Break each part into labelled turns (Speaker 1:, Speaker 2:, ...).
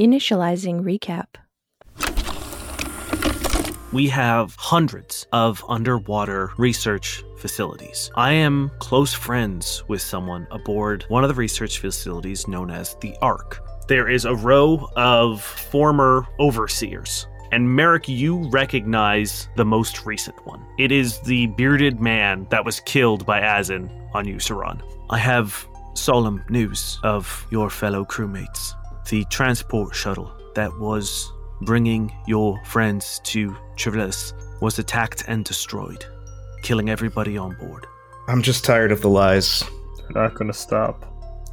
Speaker 1: Initializing recap.
Speaker 2: We have hundreds of underwater research facilities. I am close friends with someone aboard one of the research facilities known as the Ark. There is a row of former overseers. And Merrick, you recognize the most recent one. It is the bearded man that was killed by Azin on Usaron. I have solemn news of your fellow crewmates. The transport shuttle that was bringing your friends to Traverse was attacked and destroyed, killing everybody on board.
Speaker 3: I'm just tired of the lies.
Speaker 4: They're not going to stop.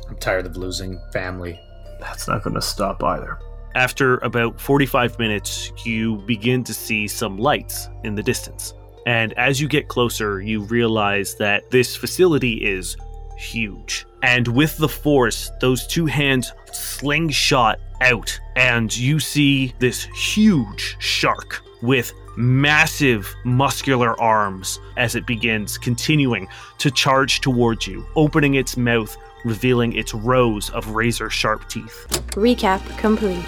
Speaker 5: I'm tired of losing family.
Speaker 4: That's not going to stop either.
Speaker 2: After about 45 minutes, you begin to see some lights in the distance. And as you get closer, you realize that this facility is huge. And with the force, those two hands slingshot out, and you see this huge shark with massive muscular arms as it begins continuing to charge towards you, opening its mouth, revealing its rows of razor sharp teeth.
Speaker 1: Recap complete.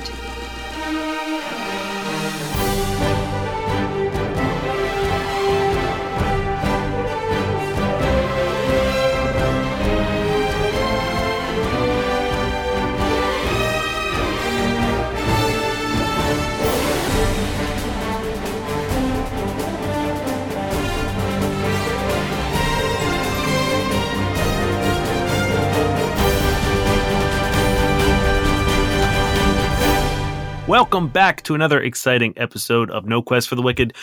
Speaker 2: Welcome back to another exciting episode of No Quest for the Wicked.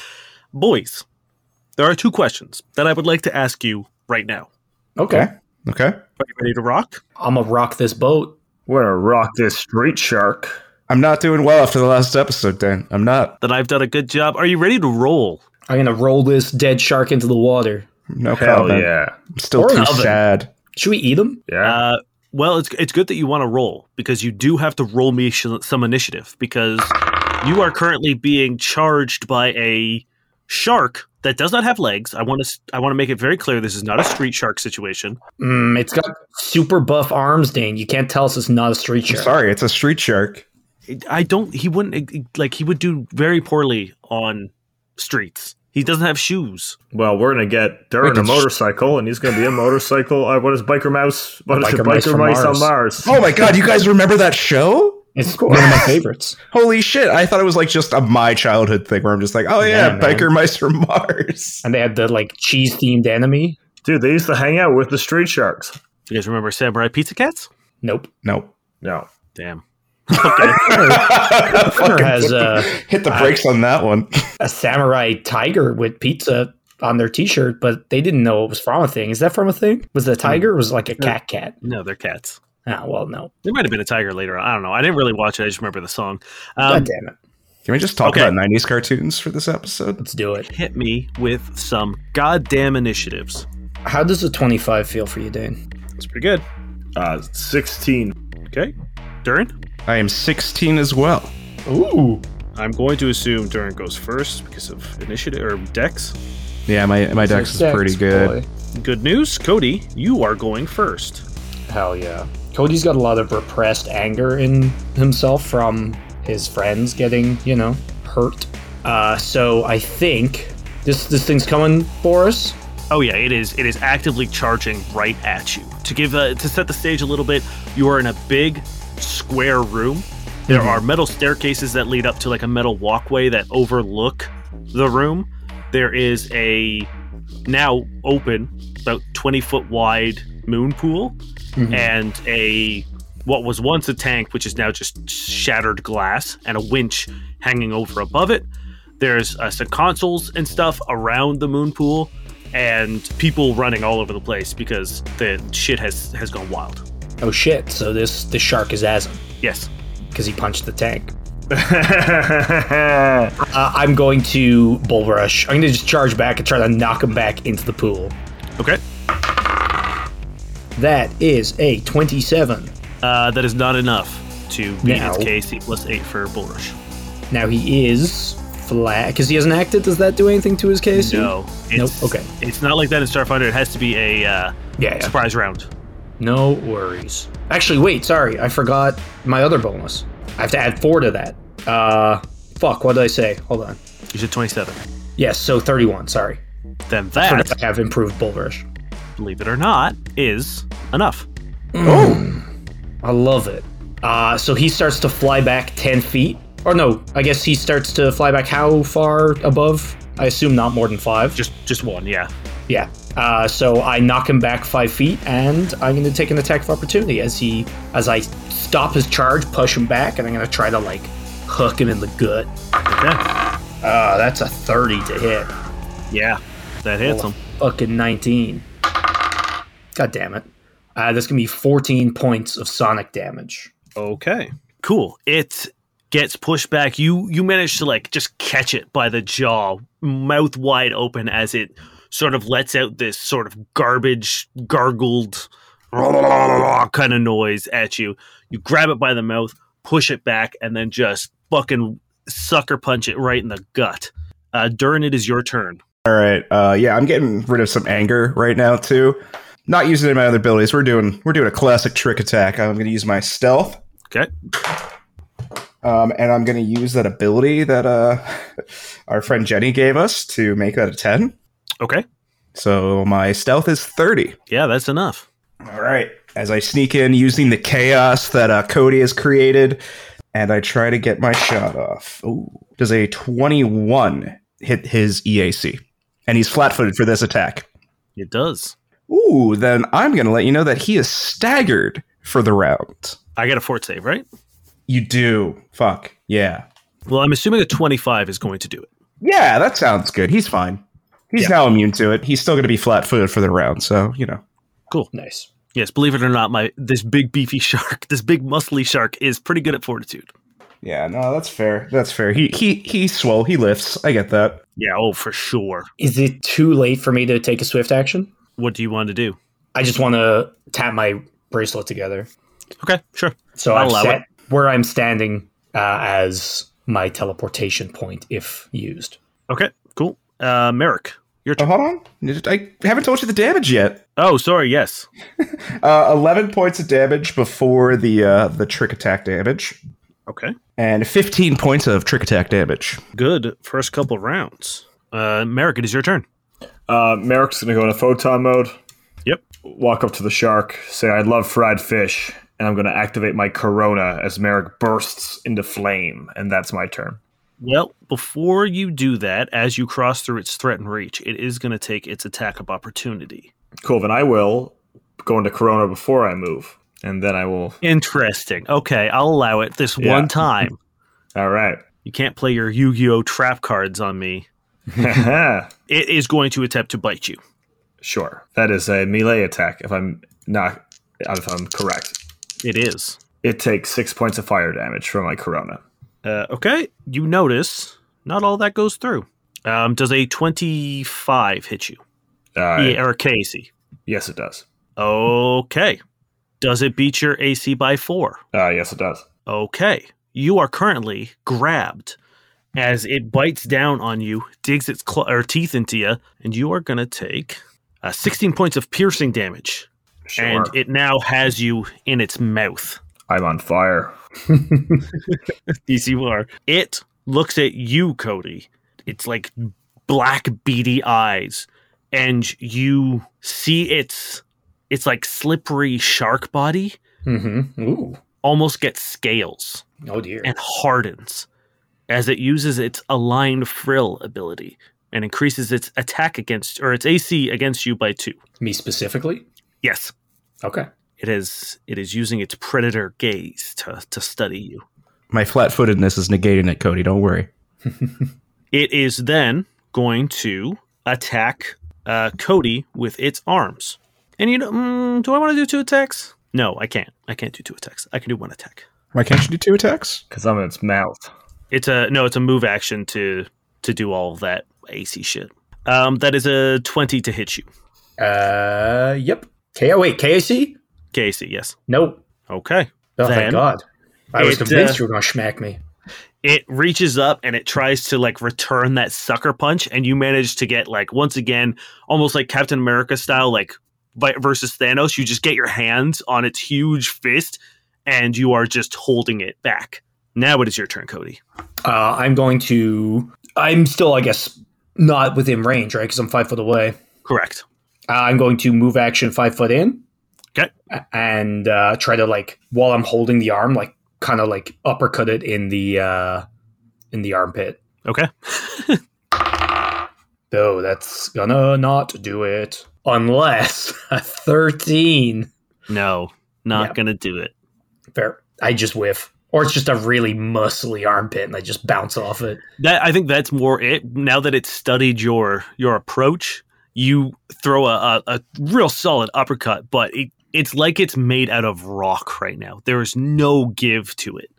Speaker 2: Boys, there are two questions that I would like to ask you right now.
Speaker 5: Okay.
Speaker 3: Okay.
Speaker 2: Are you ready to rock?
Speaker 5: I'm going to rock this boat.
Speaker 4: We're going to rock this street shark.
Speaker 3: I'm not doing well after the last episode, Dan. I'm not.
Speaker 2: Then I've done a good job. Are you ready to roll?
Speaker 5: I'm going to roll this dead shark into the water.
Speaker 3: No
Speaker 4: Hell
Speaker 3: comment.
Speaker 4: yeah.
Speaker 3: I'm still
Speaker 5: Or
Speaker 3: too
Speaker 5: oven.
Speaker 3: sad.
Speaker 5: Should we eat him?
Speaker 4: Yeah.
Speaker 2: Uh, well, it's it's good that you want to roll because you do have to roll me sh- some initiative because you are currently being charged by a shark that does not have legs. I want to I want to make it very clear this is not a street shark situation.
Speaker 5: Mm, it's got super buff arms, Dane. You can't tell us it's not a street
Speaker 3: I'm
Speaker 5: shark.
Speaker 3: sorry, it's a street shark.
Speaker 2: I don't. He wouldn't e, like. He would do very poorly on streets. He doesn't have shoes.
Speaker 4: well, we're going to get
Speaker 3: Wait,
Speaker 4: Darren a
Speaker 3: did sh-
Speaker 4: motorcycle, and he's going to be a motorcycle. Uh, what is Biker Mouse? What is
Speaker 5: Biker
Speaker 4: it?
Speaker 5: Mouse
Speaker 4: Biker
Speaker 5: from
Speaker 4: Mice on Mars?
Speaker 5: Mars.
Speaker 3: Oh my god, you guys remember that show?
Speaker 5: It's one of my favorites.
Speaker 3: Holy shit, I thought it was like just a my childhood thing where I'm just like, oh yeah,
Speaker 5: Yeah, man.
Speaker 3: Biker Mice from Mars.
Speaker 5: And they had the like cheese themed enemy.
Speaker 4: Dude, they used to hang out with the street sharks.
Speaker 2: You guys remember Samurai Pizza Cats?
Speaker 5: Nope.
Speaker 3: Nope.
Speaker 4: No.
Speaker 2: Damn.
Speaker 3: Fucking
Speaker 5: has,
Speaker 3: hit, the,
Speaker 5: uh,
Speaker 3: hit the brakes on that one.
Speaker 5: A samurai tiger with pizza on their t shirt, but they didn't know it was from a thing. Is that from a thing? Was the tiger? Or was it like a cat cat?
Speaker 2: No, they're cats.
Speaker 5: Ah, well, no.
Speaker 2: There might have been a tiger later on. I don't know. I didn't really watch it. I just remember the song.
Speaker 5: God
Speaker 2: Um,
Speaker 5: damn it.
Speaker 3: Can we just talk
Speaker 2: Okay.
Speaker 3: about 90s cartoons for this episode?
Speaker 5: Let's do it.
Speaker 2: hit me with some goddamn initiatives.
Speaker 5: How does the 25 feel for you, Dane?
Speaker 2: That's pretty good.
Speaker 4: Uh, 16.
Speaker 2: Okay, Durin.
Speaker 3: I am 16 as well.
Speaker 5: Ooh.
Speaker 2: I'm going to assume Durin goes first because of initiative or Dex.
Speaker 3: Yeah, my, my dex is pretty good.
Speaker 2: Good news, Cody. You are going first.
Speaker 5: Hell yeah. Cody's got a lot of repressed anger in himself from his friends getting, you know, hurt. Uh, so I think this this thing's coming for us.
Speaker 2: Oh yeah, it is. It is actively charging right at you. To give uh, to set the stage a little bit, you are in a big square room. There are metal staircases that lead up to like a metal walkway that overlook the room. There is a now open, about twenty foot wide moon pool, and a what was once a tank, which is now just shattered glass, and a winch hanging over above it. There's uh, some consoles and stuff around the moon pool, and people running all over the place because the shit has has gone wild.
Speaker 5: Oh shit! So this this shark is Azim
Speaker 2: Yes,
Speaker 5: because he punched the tank. Uh, I'm going to bull rush. I'm going to just charge back and try to knock him back into the pool.
Speaker 2: Okay.
Speaker 5: That is a 27.
Speaker 2: uh, that is not enough to beat
Speaker 5: Now-
Speaker 2: its KC plus eight for Bulrush.
Speaker 5: Now he is flat because he hasn't acted. Does that do anything to his case?
Speaker 2: No, it's,
Speaker 5: Nope, okay.
Speaker 2: It's not like that in Starfinder. It has to be a uh,
Speaker 5: Yeah. yeah.
Speaker 2: surprise round.
Speaker 5: No worries. Actually, wait. Sorry, I forgot my other bonus. I have to add four to that. Uh, fuck, what did I say? Hold on.
Speaker 2: You said 27.
Speaker 5: Yes, so 31, sorry.
Speaker 2: Then
Speaker 5: I
Speaker 2: that,
Speaker 5: have improved Bulverish.
Speaker 2: believe it or not, is enough.
Speaker 5: I love it. Uh, so he starts to fly back 10 feet. Or no, I guess he starts to fly back how far above? I assume not more than five.
Speaker 2: Just just one, yeah.
Speaker 5: Yeah. Uh, so I knock him back five feet, and I'm going to take an attack of opportunity as he, as I stop his charge, push him back, and I'm going to try to like hook him in the gut.
Speaker 2: Okay.
Speaker 5: Uh, that's a 30 to hit.
Speaker 2: Yeah, that hits him.
Speaker 5: Fucking 19. God damn it. Uh, that's going to be 14 points of sonic damage.
Speaker 2: Okay. Cool. It gets pushed back. You you manage to like just catch it by the jaw, mouth wide open as it sort of lets out this sort of garbage gargled kind of noise at you. You grab it by the mouth, push it back, and then just fucking sucker punch it right in the gut. Uh Durin, it is your turn.
Speaker 3: All right. Uh, yeah, I'm getting rid of some anger right now too. Not using any of my other abilities. We're doing we're doing a classic trick attack. I'm going to use my stealth,
Speaker 2: Okay.
Speaker 3: um, and I'm going to use that ability that uh, our friend Jenny gave us to make that a ten.
Speaker 2: Okay.
Speaker 3: So my stealth is thirty.
Speaker 2: Yeah, that's enough.
Speaker 3: All right. As I sneak in using the chaos that uh, Cody has created, and I try to get my shot off. Ooh. Does a 21 hit his EAC? And he's flat footed for this attack.
Speaker 2: It does.
Speaker 3: Ooh, then I'm going to let you know that he is staggered for the round.
Speaker 2: I got a fort save, right?
Speaker 3: You do. Fuck. Yeah.
Speaker 2: Well, I'm assuming a 25 is going to do it.
Speaker 3: Yeah, that sounds good. He's fine. He's now immune to it. He's still going to be flat footed for the round. So, you know.
Speaker 5: Nice.
Speaker 2: Yes, believe it or not, my this big beefy shark, this big muscly shark, is pretty good at fortitude.
Speaker 3: Yeah, no, that's fair. That's fair. He he he swole. He lifts. I get that.
Speaker 2: Yeah, oh for sure.
Speaker 5: Is it too late for me to take a swift action?
Speaker 2: What do you want to do?
Speaker 5: I just want to tap my bracelet together.
Speaker 2: Okay, sure.
Speaker 5: So
Speaker 2: I'll
Speaker 5: I've
Speaker 2: allow
Speaker 5: set where I'm standing uh, as my teleportation point if used.
Speaker 2: Okay, cool. Uh, Merrick, your
Speaker 3: Oh,
Speaker 2: turn.
Speaker 3: hold on. I haven't told you the damage yet.
Speaker 2: Oh, sorry. Yes.
Speaker 3: Uh, Eleven points of damage before the uh, the trick attack damage,
Speaker 2: Okay.
Speaker 3: and fifteen points of trick attack damage.
Speaker 2: Good. First couple rounds. Uh, Merrick, it is your turn.
Speaker 4: Uh, Merrick's gonna go into photon mode.
Speaker 2: Yep.
Speaker 4: Walk up to the shark, say, "I love fried fish," and I'm gonna activate my corona as Merrick bursts into flame, and that's my turn.
Speaker 2: Well, before you do that, as you cross through its threatened reach, it is going to take its attack of opportunity.
Speaker 4: Cool. Then I will go into corona before I move, and then I will.
Speaker 2: Interesting. Okay, I'll allow it this
Speaker 4: Yeah.
Speaker 2: one time.
Speaker 4: All right.
Speaker 2: You can't play your Yu-Gi-Oh trap cards on me. It is going to attempt to bite you.
Speaker 4: sure. That is a melee attack. If I'm not, if I'm correct,
Speaker 2: It is.
Speaker 4: it takes six points of fire damage from my corona.
Speaker 2: Uh, okay, you notice not all that goes through. Um, does a 25 hit you?
Speaker 4: Uh,
Speaker 2: Yeah, or Casey.
Speaker 4: Yes, it does.
Speaker 2: Okay. Does it beat your AC by four?
Speaker 4: Uh, yes, it does.
Speaker 2: Okay. You are currently grabbed as it bites down on you, digs its claw or teeth into you, and you are going to take uh, 16 points of piercing damage.
Speaker 4: Sure.
Speaker 2: And it now has you in its mouth.
Speaker 4: I'm on fire.
Speaker 2: DCR. It looks at you, Cody. It's like black beady eyes, and you see its it's like slippery shark body
Speaker 5: Mm-hmm. Ooh.
Speaker 2: almost gets scales
Speaker 5: Oh dear.
Speaker 2: and hardens as it uses its aligned frill ability and increases its attack against or its AC against you by two.
Speaker 5: me specifically?
Speaker 2: Yes.
Speaker 5: Okay.
Speaker 2: It is it is using its predator gaze to, to study you.
Speaker 3: My flat footedness is negating it, Cody. Don't worry.
Speaker 2: It is then going to attack uh, Cody with its arms. And you know, mm, do I want to do two attacks? No, I can't. I can't do two attacks. I can do one attack.
Speaker 3: Why can't you do two attacks?
Speaker 4: Because I'm in its mouth.
Speaker 2: It's a no. It's a move action to to do all of that AC shit. Um, that is a twenty to hit you,
Speaker 5: Uh, yep. K. Oh wait, KAC?
Speaker 2: Casey. Yes.
Speaker 5: Nope.
Speaker 2: Okay.
Speaker 5: Oh
Speaker 2: Then
Speaker 5: thank God. I was
Speaker 2: it, uh,
Speaker 5: convinced you were gonna smack me.
Speaker 2: It reaches up and it tries to like return that sucker punch, and you manage to get like once again, almost like Captain America style, like vi- versus Thanos. You just get your hands on its huge fist, and you are just holding it back. Now it is your turn, Cody.
Speaker 5: Uh, I'm going to. I'm still, I guess, not within range, right? Because I'm five foot away.
Speaker 2: Correct.
Speaker 5: Uh, I'm going to move action five foot in.
Speaker 2: Okay.
Speaker 5: A- And uh, try to like while I'm holding the arm, like kind of like uppercut it in the uh, in the armpit.
Speaker 2: Okay.
Speaker 5: Though that's gonna not do it unless a thirteen.
Speaker 2: No, not
Speaker 5: Yeah.
Speaker 2: gonna do it.
Speaker 5: Fair. I just whiff, or it's just a really muscly armpit, and I just bounce off it.
Speaker 2: That I think that's more it. Now that it's studied your your approach, you throw a, a, a real solid uppercut, but it, it's like it's made out of rock right now. There is no give to it.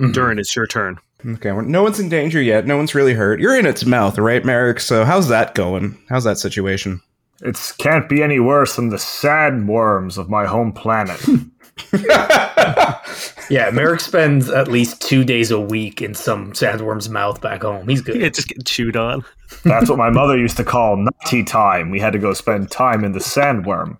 Speaker 5: Mhm.
Speaker 2: Durin, it's your turn.
Speaker 3: Okay, well, no one's in danger yet. No one's really hurt. You're in its mouth, right, Merrick? So how's that going? How's that situation?
Speaker 4: It can't be any worse than the sandworms of my home planet.
Speaker 5: Yeah, Merrick spends at least two days a week in some sandworm's mouth back home. He's good.
Speaker 2: It's just getting chewed on.
Speaker 4: That's what my mother used to call nutty time. We had to go spend time in the sandworm.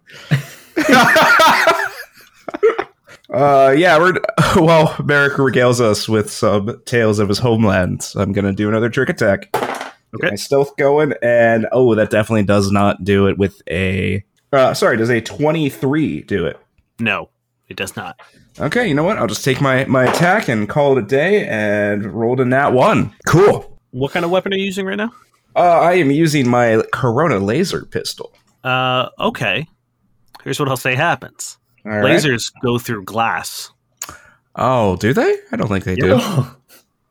Speaker 3: Uh, yeah, we're well. Merrick regales us with some tales of his homeland. So I'm gonna do another trick attack. Get
Speaker 2: Okay.
Speaker 3: my stealth going, and oh, that definitely does not do it with a. Uh, sorry, does a 23 do it?
Speaker 2: No, it does not.
Speaker 3: Okay, you know what? I'll just take my my attack and call it a day, and rolled a nat one. Cool.
Speaker 2: What kind of weapon are you using right now?
Speaker 3: Uh, I am using my Corona laser pistol.
Speaker 2: Uh, okay. Here's what I'll say happens.
Speaker 3: All right.
Speaker 2: Lasers go through glass.
Speaker 3: Oh, do they? I don't think they do.
Speaker 5: Oh,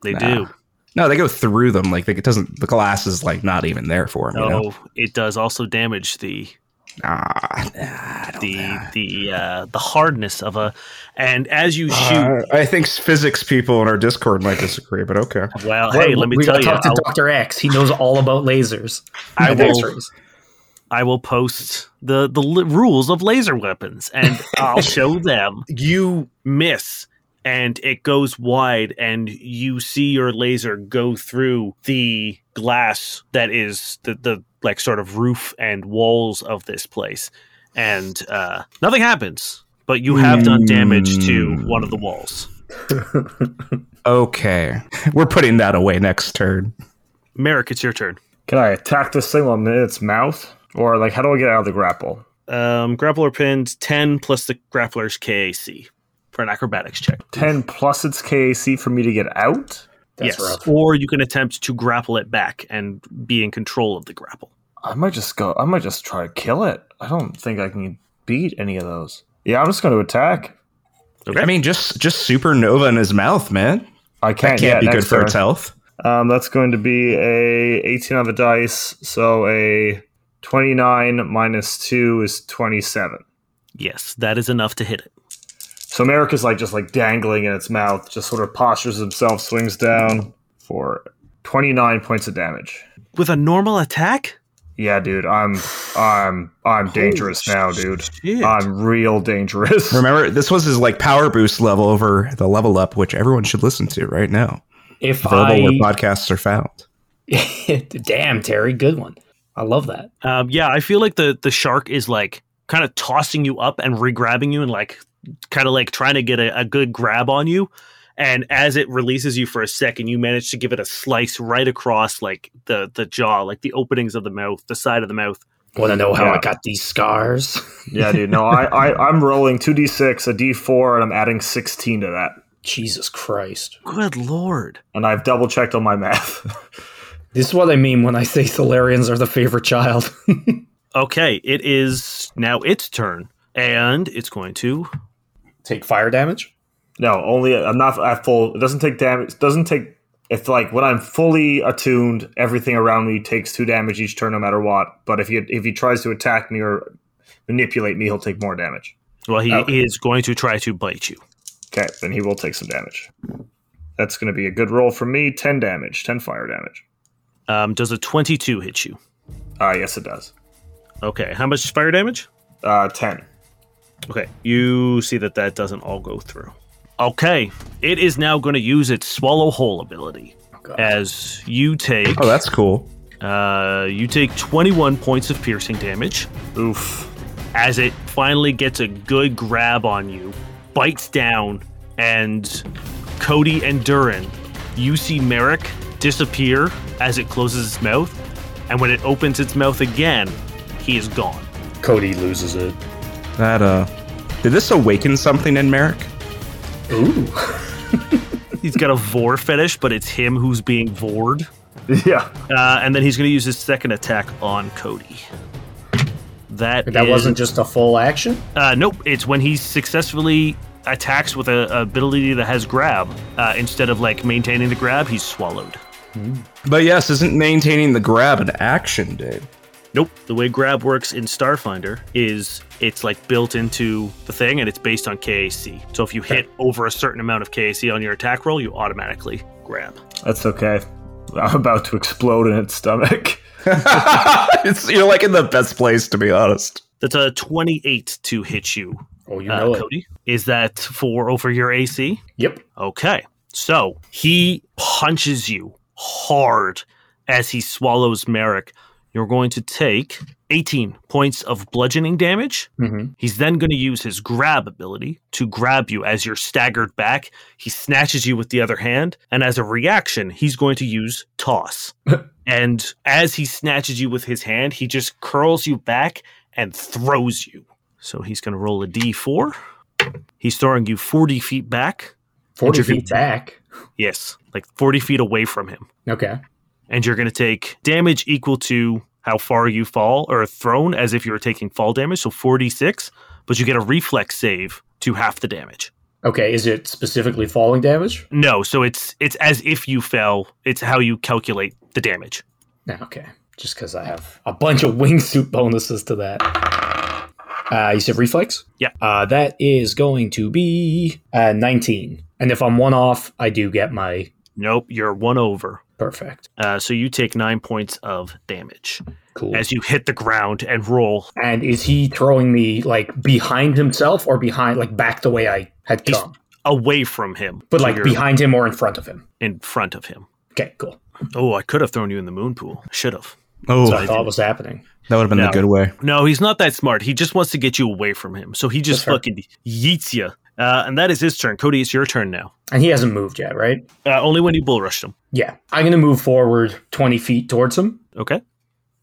Speaker 2: They
Speaker 3: Nah.
Speaker 2: do.
Speaker 3: No, they go through them. Like they, it doesn't. The glass is like not even there for them.
Speaker 2: No,
Speaker 3: You know?
Speaker 2: it does also damage the
Speaker 3: Ah, nah, I don't
Speaker 2: the
Speaker 3: know.
Speaker 2: the uh, the hardness of a. And as you shoot,
Speaker 3: Uh, I think physics people in our Discord might disagree, but okay.
Speaker 2: well, hey, let me
Speaker 5: we
Speaker 2: tell
Speaker 5: gotta
Speaker 2: you,
Speaker 5: Talk to
Speaker 2: I'll-
Speaker 5: Doctor X. He knows all about lasers.
Speaker 2: I
Speaker 5: And
Speaker 2: will-
Speaker 5: X-rays.
Speaker 2: I will post the the li- rules of laser weapons, and I'll show them. You miss, and it goes wide, and you see your laser go through the glass that is the the like sort of roof and walls of this place, and uh, nothing happens. But you have done damage to
Speaker 3: Hmm.
Speaker 2: one of the walls.
Speaker 3: Okay. We're putting that away next turn.
Speaker 2: Merrick, it's your turn.
Speaker 4: Can I attack this thing on its mouth? Or, like, how do I get out of the grapple?
Speaker 2: Um, grappler pinned ten plus the grappler's KAC for an acrobatics check.
Speaker 4: 10 plus its KAC for me to get out?
Speaker 5: That's
Speaker 2: yes,
Speaker 5: rough.
Speaker 2: or you can attempt to grapple it back and be in control of the grapple.
Speaker 4: I might just go. I might just try to kill it. I don't think I can beat any of those. Yeah, I'm just going to attack.
Speaker 2: Okay.
Speaker 3: I mean, just just supernova in his mouth, man.
Speaker 4: I can't.
Speaker 3: Can't
Speaker 4: yeah,
Speaker 3: be good
Speaker 4: next
Speaker 3: for
Speaker 4: turn.
Speaker 3: its health.
Speaker 4: Um, that's going to be a 18 on the dice. So a 29 minus 2 is 27.
Speaker 2: Yes, that is enough to hit it.
Speaker 4: So America's like just like dangling in its mouth, just sort of postures himself, swings down for 29 points of damage.
Speaker 2: With a normal attack?
Speaker 4: Yeah, dude, I'm I'm I'm dangerous now, dude.
Speaker 2: Shit.
Speaker 4: I'm real dangerous.
Speaker 3: Remember, this was his like power boost level over the level up, which everyone should listen to right now.
Speaker 5: If
Speaker 3: Available where
Speaker 5: I
Speaker 3: podcasts are found.
Speaker 5: damn Terry, good one. I love that.
Speaker 2: Um, yeah, I feel like the, the shark is like kind of tossing you up and re grabbing you and like kind of like trying to get a, a good grab on you. And as it releases you for a second, you manage to give it a slice right across like the, the jaw, like the openings of the mouth, the side of the mouth.
Speaker 5: Want to know how I
Speaker 4: Yeah.
Speaker 5: got these scars?
Speaker 4: yeah, dude. No, I, I I'm rolling 2d6, a d4, and I'm adding 16 to that.
Speaker 5: Jesus Christ!
Speaker 2: Good lord.
Speaker 4: And I've double checked on my math.
Speaker 5: This is what I mean when I say Solarians are the favorite child.
Speaker 2: Okay, it is now its turn, and it's going to
Speaker 5: Take fire damage.
Speaker 4: no, only I'm not at full. It doesn't take damage. Doesn't take. It's like when I'm fully attuned, everything around me takes two damage each turn, no matter what. But if he if he tries to attack me or manipulate me, he'll take more damage.
Speaker 2: Well, he
Speaker 5: Okay.
Speaker 2: is going to try to bite you.
Speaker 4: Okay, then he will take some damage. That's going to be a good roll for me. Ten damage, ten fire damage.
Speaker 2: Um, does a 22 hit you?
Speaker 4: Ah, yes, it does.
Speaker 2: Okay, how much fire damage?
Speaker 4: Uh, ten.
Speaker 2: Okay, you see that that doesn't all go through. Okay, it is now going to use its swallow hole ability
Speaker 5: God.
Speaker 2: as you take
Speaker 3: Oh, that's cool.
Speaker 2: uh, you take 21 points of piercing damage
Speaker 4: Oof.
Speaker 2: as it finally gets a good grab on you, bites down and Cody and Durin, you see Merrick disappear as it closes its mouth, and when it opens its mouth again, he is gone.
Speaker 5: Cody loses it.
Speaker 3: That uh, did this awaken something in Merrick?
Speaker 5: Ooh.
Speaker 2: He's got a vor fetish, but it's him who's being vored.
Speaker 4: Yeah.
Speaker 2: Uh, and then he's going to use his second attack on Cody. That
Speaker 5: That
Speaker 2: is-
Speaker 5: wasn't just a full action?
Speaker 2: Uh, nope, it's when he successfully attacks with a, a ability that has grab. Uh, instead of like maintaining the grab, he's swallowed.
Speaker 3: But yes, isn't maintaining the grab an action, Dave?
Speaker 2: Nope. The way grab works in Starfinder is it's like built into the thing and it's based on KAC. So if you hit over a certain amount of KAC on your attack roll, you automatically grab.
Speaker 4: That's okay. I'm about to explode in its stomach.
Speaker 3: it's you're like in the best place to be honest.
Speaker 2: That's a 28 to hit you,
Speaker 5: Oh, you
Speaker 2: uh,
Speaker 5: know it.
Speaker 2: Cody. Is that for over your AC?
Speaker 5: Yep.
Speaker 2: Okay. So he punches you hard as he swallows Merrick. You're going to take 18 points of bludgeoning damage.
Speaker 5: Mm-hmm.
Speaker 2: He's then going to use his grab ability to grab you as you're staggered back. He snatches you with the other hand, and as a reaction, he's going to use toss. and as he snatches you with his hand, he just curls you back and throws you. So he's going to roll a d4. He's throwing you 40 feet back.
Speaker 5: 40
Speaker 2: Did you-
Speaker 5: feet back.
Speaker 2: Yes, like 40 feet away from him.
Speaker 5: Okay.
Speaker 2: And you're going to take damage equal to how far you fall or thrown as if you were taking fall damage. So 46, but you get a reflex save to half the damage.
Speaker 5: Okay, is it specifically falling damage?
Speaker 2: No, so it's it's as if you fell. It's how you calculate the damage.
Speaker 5: No, okay. Just because I have a bunch of wingsuit bonuses to that. Uh, you said reflex?
Speaker 2: Yeah.
Speaker 5: Uh, that is going to be uh, 19. And if I'm one off, I do get my
Speaker 2: Nope, you're one over.
Speaker 5: perfect.
Speaker 2: Uh, so you take nine points of damage
Speaker 5: Cool.
Speaker 2: as you hit the ground and roll.
Speaker 5: and is he throwing me like behind himself or behind, like back the way I had
Speaker 2: He's-
Speaker 5: come?
Speaker 2: away from him,
Speaker 5: But
Speaker 2: So
Speaker 5: like
Speaker 2: you're
Speaker 5: behind him or in front of him?
Speaker 2: in front of him.
Speaker 5: Okay, cool.
Speaker 2: Oh, I could have thrown you in the moon pool. Should have.
Speaker 3: Oh,
Speaker 5: So I thought was happening.
Speaker 3: that would have been
Speaker 2: No.
Speaker 3: the good way.
Speaker 2: No, he's not that smart. He just wants to get you away from him. So he just
Speaker 5: That's fair.
Speaker 2: fucking yeets you. Uh, and that is his turn. Cody, it's your turn now.
Speaker 5: And he hasn't moved yet, right?
Speaker 2: Uh, only when you bull rushed him.
Speaker 5: Yeah. I'm going to move forward 20 feet towards him
Speaker 2: Okay.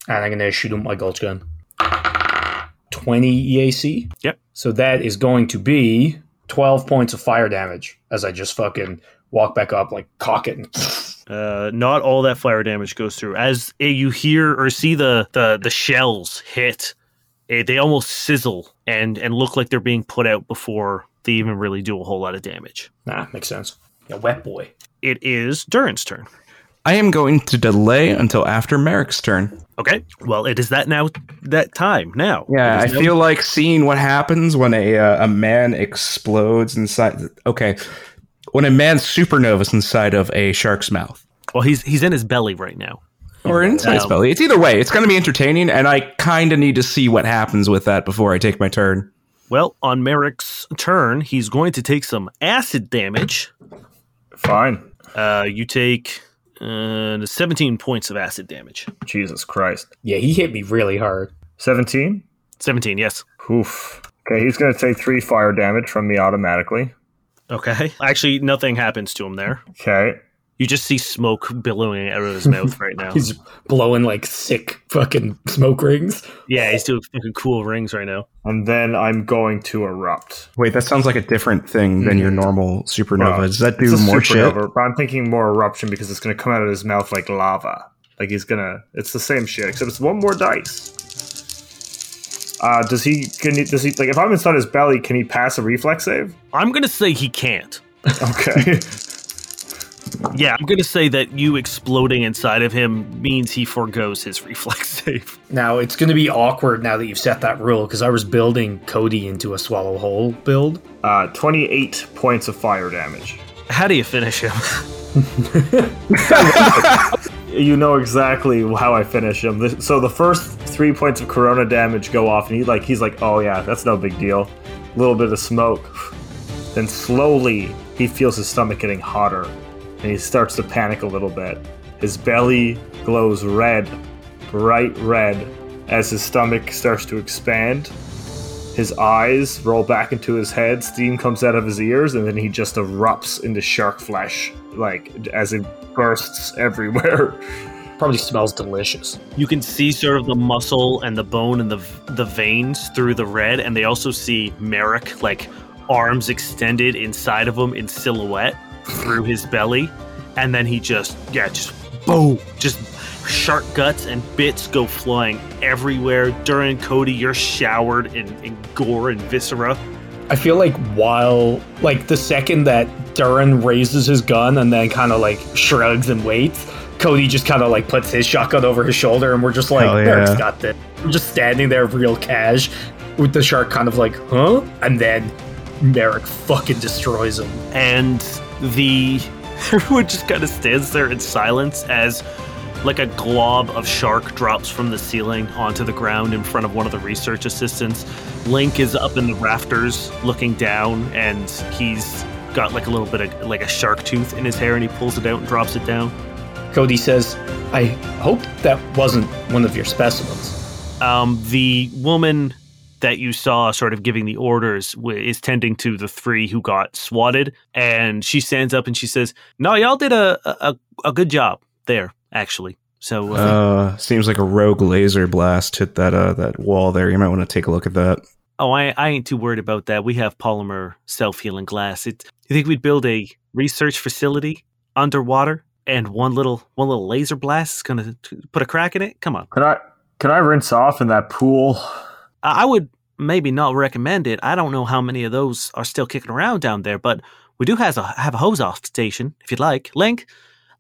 Speaker 5: and I'm going to shoot him with my gulch gun. 20 EAC.
Speaker 2: Yep.
Speaker 5: So that is going to be 12 points of fire damage as I just fucking walk back up, like cock it. And
Speaker 2: Uh, not all that fire damage goes through. As uh, you hear or see the the, the shells hit, eh, they almost sizzle and and look like they're being put out before they even really do a whole lot of damage.
Speaker 5: nah, makes sense. Yeah, wet boy.
Speaker 2: It is Durin's turn.
Speaker 3: I am going to delay until after Merrick's turn.
Speaker 2: Okay. Well, it is that now that time now.
Speaker 3: Yeah,
Speaker 2: It
Speaker 3: I
Speaker 2: is now-
Speaker 3: feel like seeing what happens when a uh, a man explodes inside. Okay, when a man's supernova's inside of a shark's mouth
Speaker 2: Well, he's he's in his belly right now.
Speaker 3: or inside his
Speaker 2: Um,
Speaker 3: belly. It's either way. It's going to be entertaining, and I kind of need to see what happens with that before I take my turn.
Speaker 2: Well, on Merrick's turn, he's going to take some acid damage.
Speaker 4: Fine.
Speaker 2: Uh, you take uh, 17 points of acid damage.
Speaker 4: Jesus Christ.
Speaker 5: Yeah, he hit me really hard.
Speaker 4: 17?
Speaker 2: 17, yes.
Speaker 4: Oof. Okay, he's going to take three fire damage from me automatically.
Speaker 2: Okay. Actually, nothing happens to him there.
Speaker 4: Okay.
Speaker 2: You just see smoke billowing out of his mouth right now.
Speaker 5: He's blowing like sick fucking smoke rings.
Speaker 2: yeah, he's doing fucking cool rings right now.
Speaker 4: And then I'm going to erupt.
Speaker 3: Wait, that sounds like a different thing than your normal supernova.
Speaker 4: Well,
Speaker 3: Oh, Does that
Speaker 4: It's
Speaker 3: do
Speaker 4: a
Speaker 3: more shit?
Speaker 4: supernova, But I'm thinking more eruption because it's going to come out of his mouth like lava. Like he's going to. It's the same shit, except it's one more dice. Uh, does he. Can he. Does he. Like if I'm inside his belly, can he pass a reflex save?
Speaker 2: I'm going to say he can't.
Speaker 4: Okay.
Speaker 2: Yeah, I'm going to say that you exploding inside of him means he forgoes his reflex save.
Speaker 5: Now it's going to be awkward now that you've set that rule because I was building Cody into a swallow hole build.
Speaker 4: uh, 28 points of fire damage.
Speaker 2: How do you finish him?
Speaker 4: you know exactly how I finish him. This- So the first three points of corona damage go off, and he like he's like, "Oh yeah, that's no big deal." A little bit of smoke. Then slowly he feels his stomach getting hotter, and he starts to panic a little bit. His belly glows red, bright red, as his stomach starts to expand. His eyes roll back into his head, steam comes out of his ears, and then he just erupts into shark flesh, like as it bursts everywhere.
Speaker 5: Probably smells delicious.
Speaker 2: You can see sort of the muscle and the bone and the the veins through the red, and they also see Merrick like arms extended inside of him in silhouette through his belly, and then he just yeah just boom just shark guts and bits go flying everywhere. Durin, Cody, you're showered in, in gore and viscera.
Speaker 5: I feel like while like the second that Durin raises his gun and then kind of like shrugs and waits, Cody just kind of like puts his shotgun over his shoulder and we're just like,
Speaker 3: Hell yeah.
Speaker 5: Merrick's got this. We're just standing there real cash with the shark kind of like, huh? And then Merrick fucking destroys him.
Speaker 2: and the everyone just kind of stands there in silence as like a glob of shark drops from the ceiling onto the ground in front of one of the research assistants. Link is up in the rafters looking down and he's got like a little bit of like a shark tooth in his hair and he pulls it out and drops it down.
Speaker 5: Cody says, I hope that wasn't one of your specimens.
Speaker 2: Um, the woman that you saw sort of giving the orders w- is tending to the three who got swatted, and she stands up and she says, "No, y'all did a a, a good job there, actually." So uh,
Speaker 3: Uh, seems like a rogue laser blast hit that uh, that wall there. You might want to take a look at that.
Speaker 2: Oh, I, I ain't too worried about that. We have polymer self healing glass. It, you think we'd build a research facility underwater, and one little one little laser blast is gonna t- put a crack in it? Come on,
Speaker 4: Can I can I rinse off in that pool?
Speaker 2: I, I would maybe not recommend it. I don't know how many of those are still kicking around down there, but we do has a have a hose off station if you'd like. Link,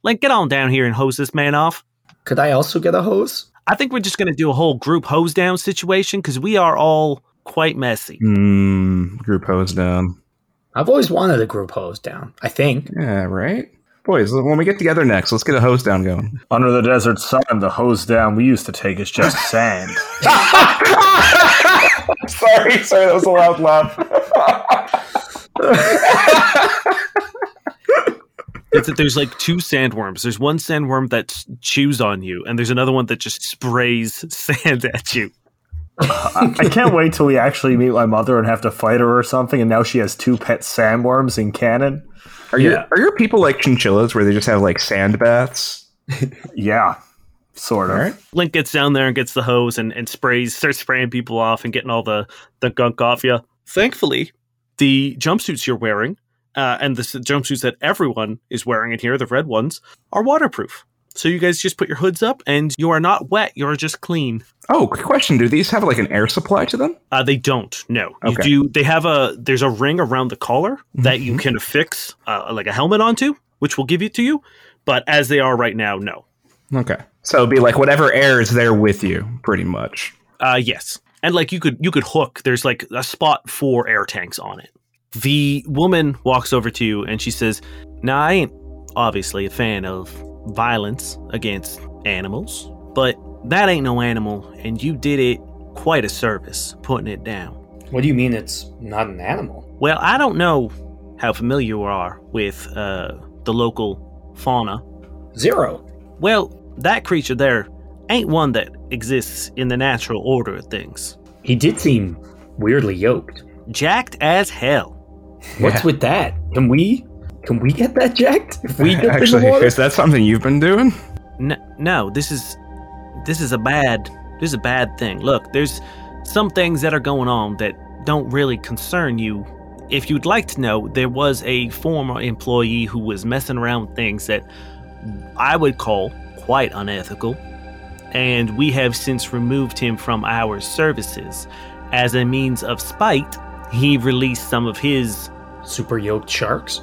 Speaker 2: Link, get on down here and hose this man off.
Speaker 5: Could I also get a hose?
Speaker 2: I think we're just gonna do a whole group hose down situation because we are all quite messy.
Speaker 3: Mm, group hose down.
Speaker 5: I've always wanted a group hose down, I think.
Speaker 3: Yeah, right. Boys, when we get together next, let's get a hose down going.
Speaker 4: Under the desert sun, the hose down we used to take is just sand.
Speaker 3: sorry, sorry, that was a loud laugh.
Speaker 2: It's that there's like two sandworms. There's one sandworm that s- chews on you, and there's another one that just sprays sand at you.
Speaker 4: I, I can't wait till we actually meet my mother and have to fight her or something. And now she has two pet sandworms in canon.
Speaker 3: Are your are your people like chinchillas where they just have like sand baths?
Speaker 4: Yeah, sort of.
Speaker 3: All right.
Speaker 2: Link gets down there and gets the hose and, and sprays, starts spraying people off and getting all the, the gunk off you. Thankfully, the jumpsuits you're wearing, uh, and the s- jumpsuits that everyone is wearing in here, the red ones, are waterproof. So you guys just put your hoods up, and you are not wet. You are just clean.
Speaker 3: Oh, quick question. Do these have like an air supply to them?
Speaker 2: Uh, they don't. No,
Speaker 3: Okay.
Speaker 2: you do. They have a there's a ring around the collar that you can affix uh, like a helmet onto, which will give it to you. But as they are right now, no.
Speaker 3: Okay. So it'd be like whatever air is there with you, pretty much.
Speaker 2: Uh, yes, and like you could you could hook. There's like a spot for air tanks on it. The woman walks over to you and she says, "Now I ain't obviously a fan of violence against animals, but that ain't no animal, and you did it quite a service putting it down."
Speaker 5: What do you mean it's not an animal?
Speaker 2: Well, I don't know how familiar you are with uh, the local fauna.
Speaker 5: Zero.
Speaker 2: Well, that creature there ain't one that exists in the natural order of things.
Speaker 5: He did seem weirdly yoked.
Speaker 2: Jacked as hell.
Speaker 5: What's
Speaker 3: Yeah.
Speaker 5: with that? Can we can we get that jacked? If we dip in
Speaker 3: Actually,
Speaker 5: the water?
Speaker 3: is that something you've been doing?
Speaker 2: N- no, this is this is a bad this is a bad thing. Look, there's some things that are going on that don't really concern you. If you'd like to know, there was a former employee who was messing around with things that I would call quite unethical, and we have since removed him from our services. As a means of spite, he released some of his
Speaker 5: Super yoked sharks?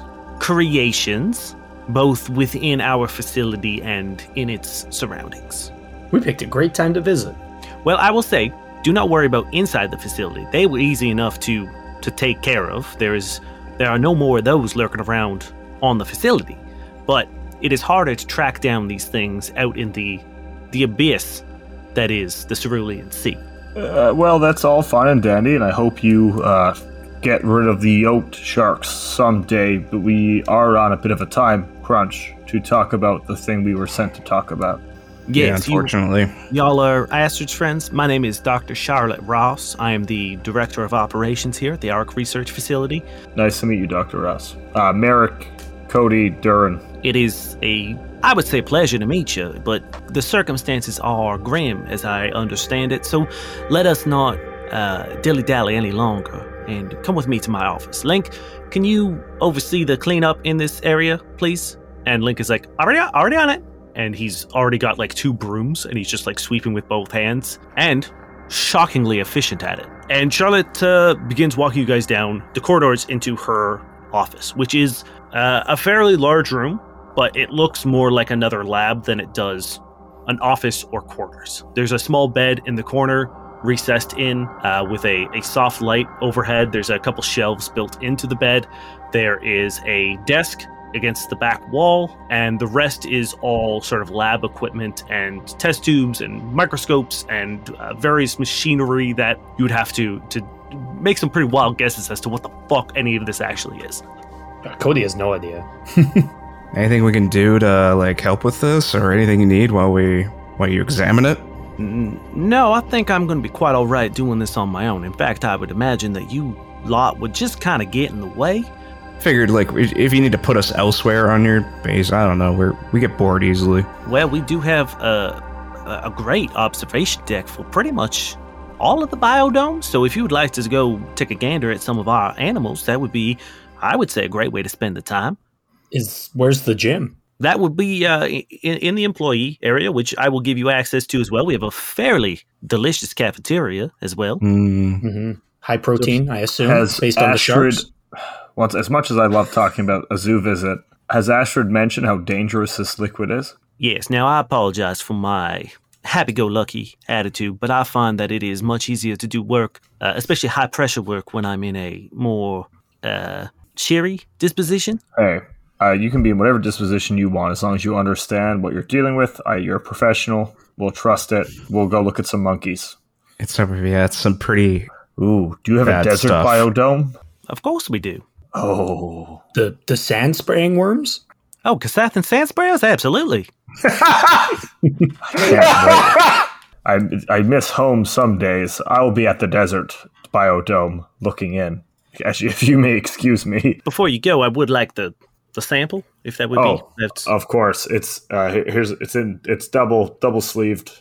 Speaker 2: creations, both within our facility and in its surroundings.
Speaker 5: We picked a great time to visit.
Speaker 2: Well, I will say, do not worry about inside the facility. They were easy enough to to take care of. There is there are no more of those lurking around on the facility. But it is harder to track down these things out in the the abyss that is the Cerulean Sea.
Speaker 4: Uh, well, that's all fine and dandy, and I hope you uh, get rid of the yoked sharks someday. But we are on a bit of a time crunch to talk about the thing we were sent to talk about.
Speaker 2: Yes, you-
Speaker 3: unfortunately.
Speaker 2: Y'all are Astrid's friends. My name is Dr. Charlotte Ross. I am the Director of Operations here at the ARC Research Facility.
Speaker 4: Nice to meet you, Dr. Ross. Uh, Merrick, Cody, Duran.
Speaker 2: It is a, I would say, pleasure to meet you, but the circumstances are grim as I understand it, so let us not uh, dilly dally any longer and come with me to my office. Link, can you oversee the cleanup in this area, please? And Link is like, already, already on it. And he's already got like two brooms and he's just like sweeping with both hands and shockingly efficient at it. And Charlotte uh, begins walking you guys down the corridors into her office, which is uh, a fairly large room, but it looks more like another lab than it does an office or quarters. There's a small bed in the corner, recessed in uh, with a, a soft light overhead. There's a couple shelves built into the bed. There is a desk against the back wall, and the rest is all sort of lab equipment and test tubes and microscopes and uh, various machinery that you would have to to make some pretty wild guesses as to what the fuck any of this actually is.
Speaker 5: Uh, Cody has no idea.
Speaker 3: Anything we can do to like help with this, or anything you need while we while you examine it?
Speaker 2: N- No, I think I'm going to be quite all right doing this on my own. In fact, I would imagine that you lot would just kind of get in the way.
Speaker 3: Figured like if if you need to put us elsewhere on your base, I don't know. We're we get bored easily.
Speaker 2: Well, we do have a, a great observation deck for pretty much all of the biodomes. So if you would like to go take a gander at some of our animals, that would be, I would say, a great way to spend the time.
Speaker 5: Is where's the gym?
Speaker 2: That would be uh, in, in the employee area, which I will give you access to as well. We have a fairly delicious cafeteria as well.
Speaker 3: Mm.
Speaker 5: hmm High protein, I assume,
Speaker 4: Has
Speaker 5: based on the
Speaker 4: Astrid-
Speaker 5: sharks.
Speaker 4: Once, as much as I love talking about a zoo visit, has Astrid mentioned how dangerous this liquid is?
Speaker 2: Yes, now I apologize for my happy go lucky attitude, but I find that it is much easier to do work, uh, especially high pressure work, when I'm in a more uh, cheery disposition.
Speaker 4: Hey, uh, you can be in whatever disposition you want as long as you understand what you're dealing with. I, you're a professional. We'll trust it. We'll go look at some monkeys.
Speaker 3: It's some yeah, it's some pretty
Speaker 4: Ooh, do you have
Speaker 3: Bad
Speaker 4: a desert
Speaker 3: stuff.
Speaker 4: biodome?
Speaker 2: Of course we do.
Speaker 4: Oh.
Speaker 5: The the sand spraying worms.
Speaker 2: Oh, Kasath and sand sprayers? Absolutely.
Speaker 4: I, I miss home some days. I will be at the desert biodome looking in. Actually, if you may excuse me.
Speaker 2: Before you go, I would like the, the sample, if that would
Speaker 4: Oh,
Speaker 2: be. That's,
Speaker 4: Of course, it's uh, here- here's it's in it's double double sleeved.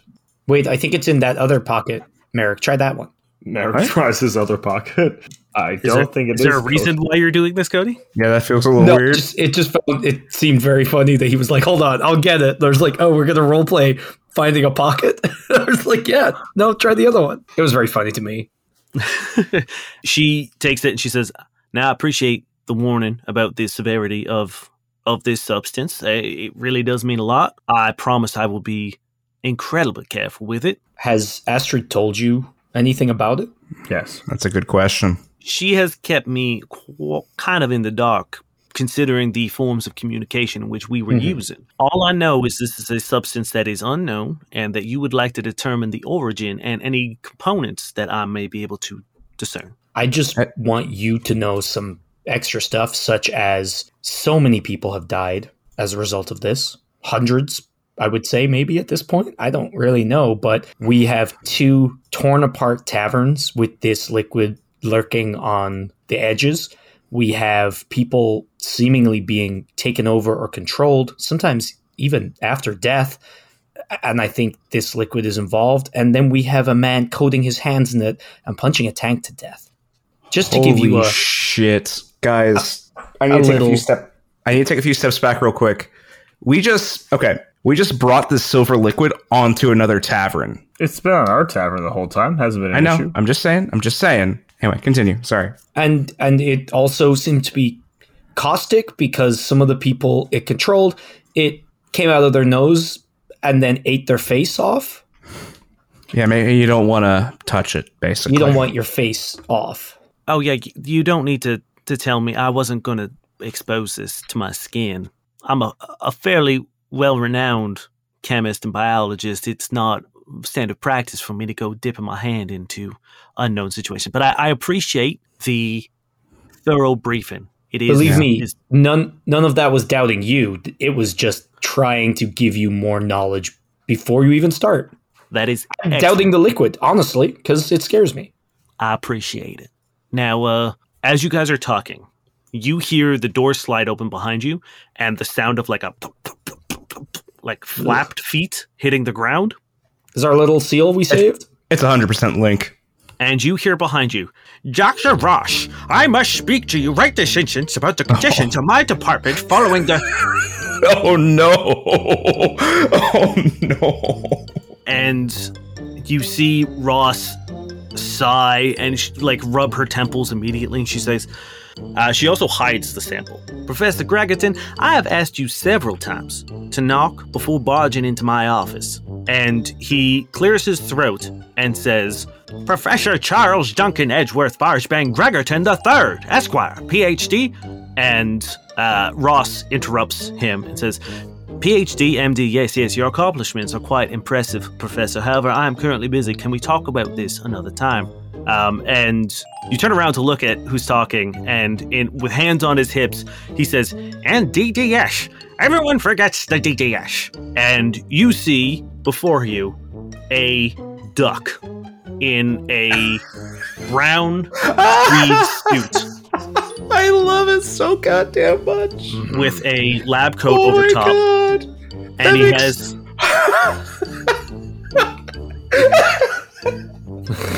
Speaker 5: Wait, I think it's in that other pocket. Merrick, try that one.
Speaker 4: Merrick tries his other pocket. I
Speaker 2: is
Speaker 4: don't
Speaker 2: there-
Speaker 4: think it is.
Speaker 2: is there a reason why you're doing this, Cody?
Speaker 3: yeah. That feels a little
Speaker 5: No,
Speaker 3: weird.
Speaker 5: just, it just felt, it seemed very funny that he was like, "Hold on, I'll get it." There's like, "Oh, we're gonna role play finding a pocket." I was like, "Yeah, no, try the other one." It was very funny to me.
Speaker 2: she takes it and she says, "Now I appreciate the warning about the severity of of this substance. Uh, It really does mean a lot. I promise I will be incredibly careful with it."
Speaker 5: Has Astrid told you anything about it?
Speaker 4: Yes.
Speaker 3: That's a good question.
Speaker 2: She has kept me qu- kind of in the dark considering the forms of communication which we were
Speaker 5: Mhm.
Speaker 2: using. All I know is this is a substance that is unknown and that you would like to determine the origin and any components that I may be able to discern.
Speaker 5: I just
Speaker 3: I-
Speaker 5: want you to know some extra stuff, such as so many people have died as a result of this. Hundreds, I would say, maybe at this point. I don't really know, but we have two torn apart taverns with this liquid lurking on the edges. We have people seemingly being taken over or controlled, sometimes even after death. And I think this liquid is involved. And then we have a man coating his hands in it and punching a tank to death. Just to give you
Speaker 3: Holy
Speaker 5: a
Speaker 3: shit, guys. I need
Speaker 5: a
Speaker 3: to take a
Speaker 5: little-
Speaker 3: few step. I need to take a few steps back real quick. We just okay. We just brought this silver liquid onto another tavern.
Speaker 4: It's been on our tavern the whole time. Hasn't been an
Speaker 3: I know.
Speaker 4: issue.
Speaker 3: I'm just saying. I'm just saying. Anyway, continue. Sorry.
Speaker 5: and and it also seemed to be caustic because some of the people it controlled it came out of their nose and then ate their face off
Speaker 3: Yeah, maybe you don't want to touch it. Basically,
Speaker 5: you don't want your face off
Speaker 2: Oh yeah, y- you don't need to to tell me. I wasn't going to expose this to my skin. I'm a a fairly well renowned chemist and biologist. It's not standard practice for me to go dipping my hand into unknown situations. But I, I appreciate the thorough briefing. It is
Speaker 5: believe me
Speaker 2: is-
Speaker 5: none none of that was doubting you it was just trying to give you more knowledge before you even start.
Speaker 2: That is
Speaker 5: I'm
Speaker 2: excellent.
Speaker 5: doubting the liquid, honestly, because it scares me.
Speaker 2: I appreciate it. Now, uh, as you guys are talking, you hear the door slide open behind you and the sound of like a thump, thump, thump, thump, thump, thump, like flapped feet hitting the ground.
Speaker 5: Is our little seal we saved?
Speaker 3: It's 100% Link.
Speaker 2: And you hear behind you, Dr. Rosh, I must speak to you right this instant about the conditions of my department following the.
Speaker 3: Oh no! Oh no!
Speaker 2: and you see Ross sigh and sh like rub her temples immediately, and she says, uh, she also hides the sample. Professor Gregerton, I have asked you several times to knock before barging into my office. And he clears his throat and says, Professor Charles Duncan Edgeworth Barshbang Gregerton III, Esquire, PhD. And uh, Ross interrupts him and says, PhD, MD, yes, yes, your accomplishments are quite impressive, Professor. However, I am currently busy. Can we talk about this another time? Um, and you turn around to look at who's talking, and in with hands on his hips, he says, "And DDS, everyone forgets the DDS." And you see before you a duck in a brown tweed suit
Speaker 3: I love it so goddamn much.
Speaker 2: with a lab coat
Speaker 3: Oh
Speaker 2: over
Speaker 3: my
Speaker 2: top,
Speaker 3: god! that
Speaker 2: and he
Speaker 3: makes-
Speaker 2: has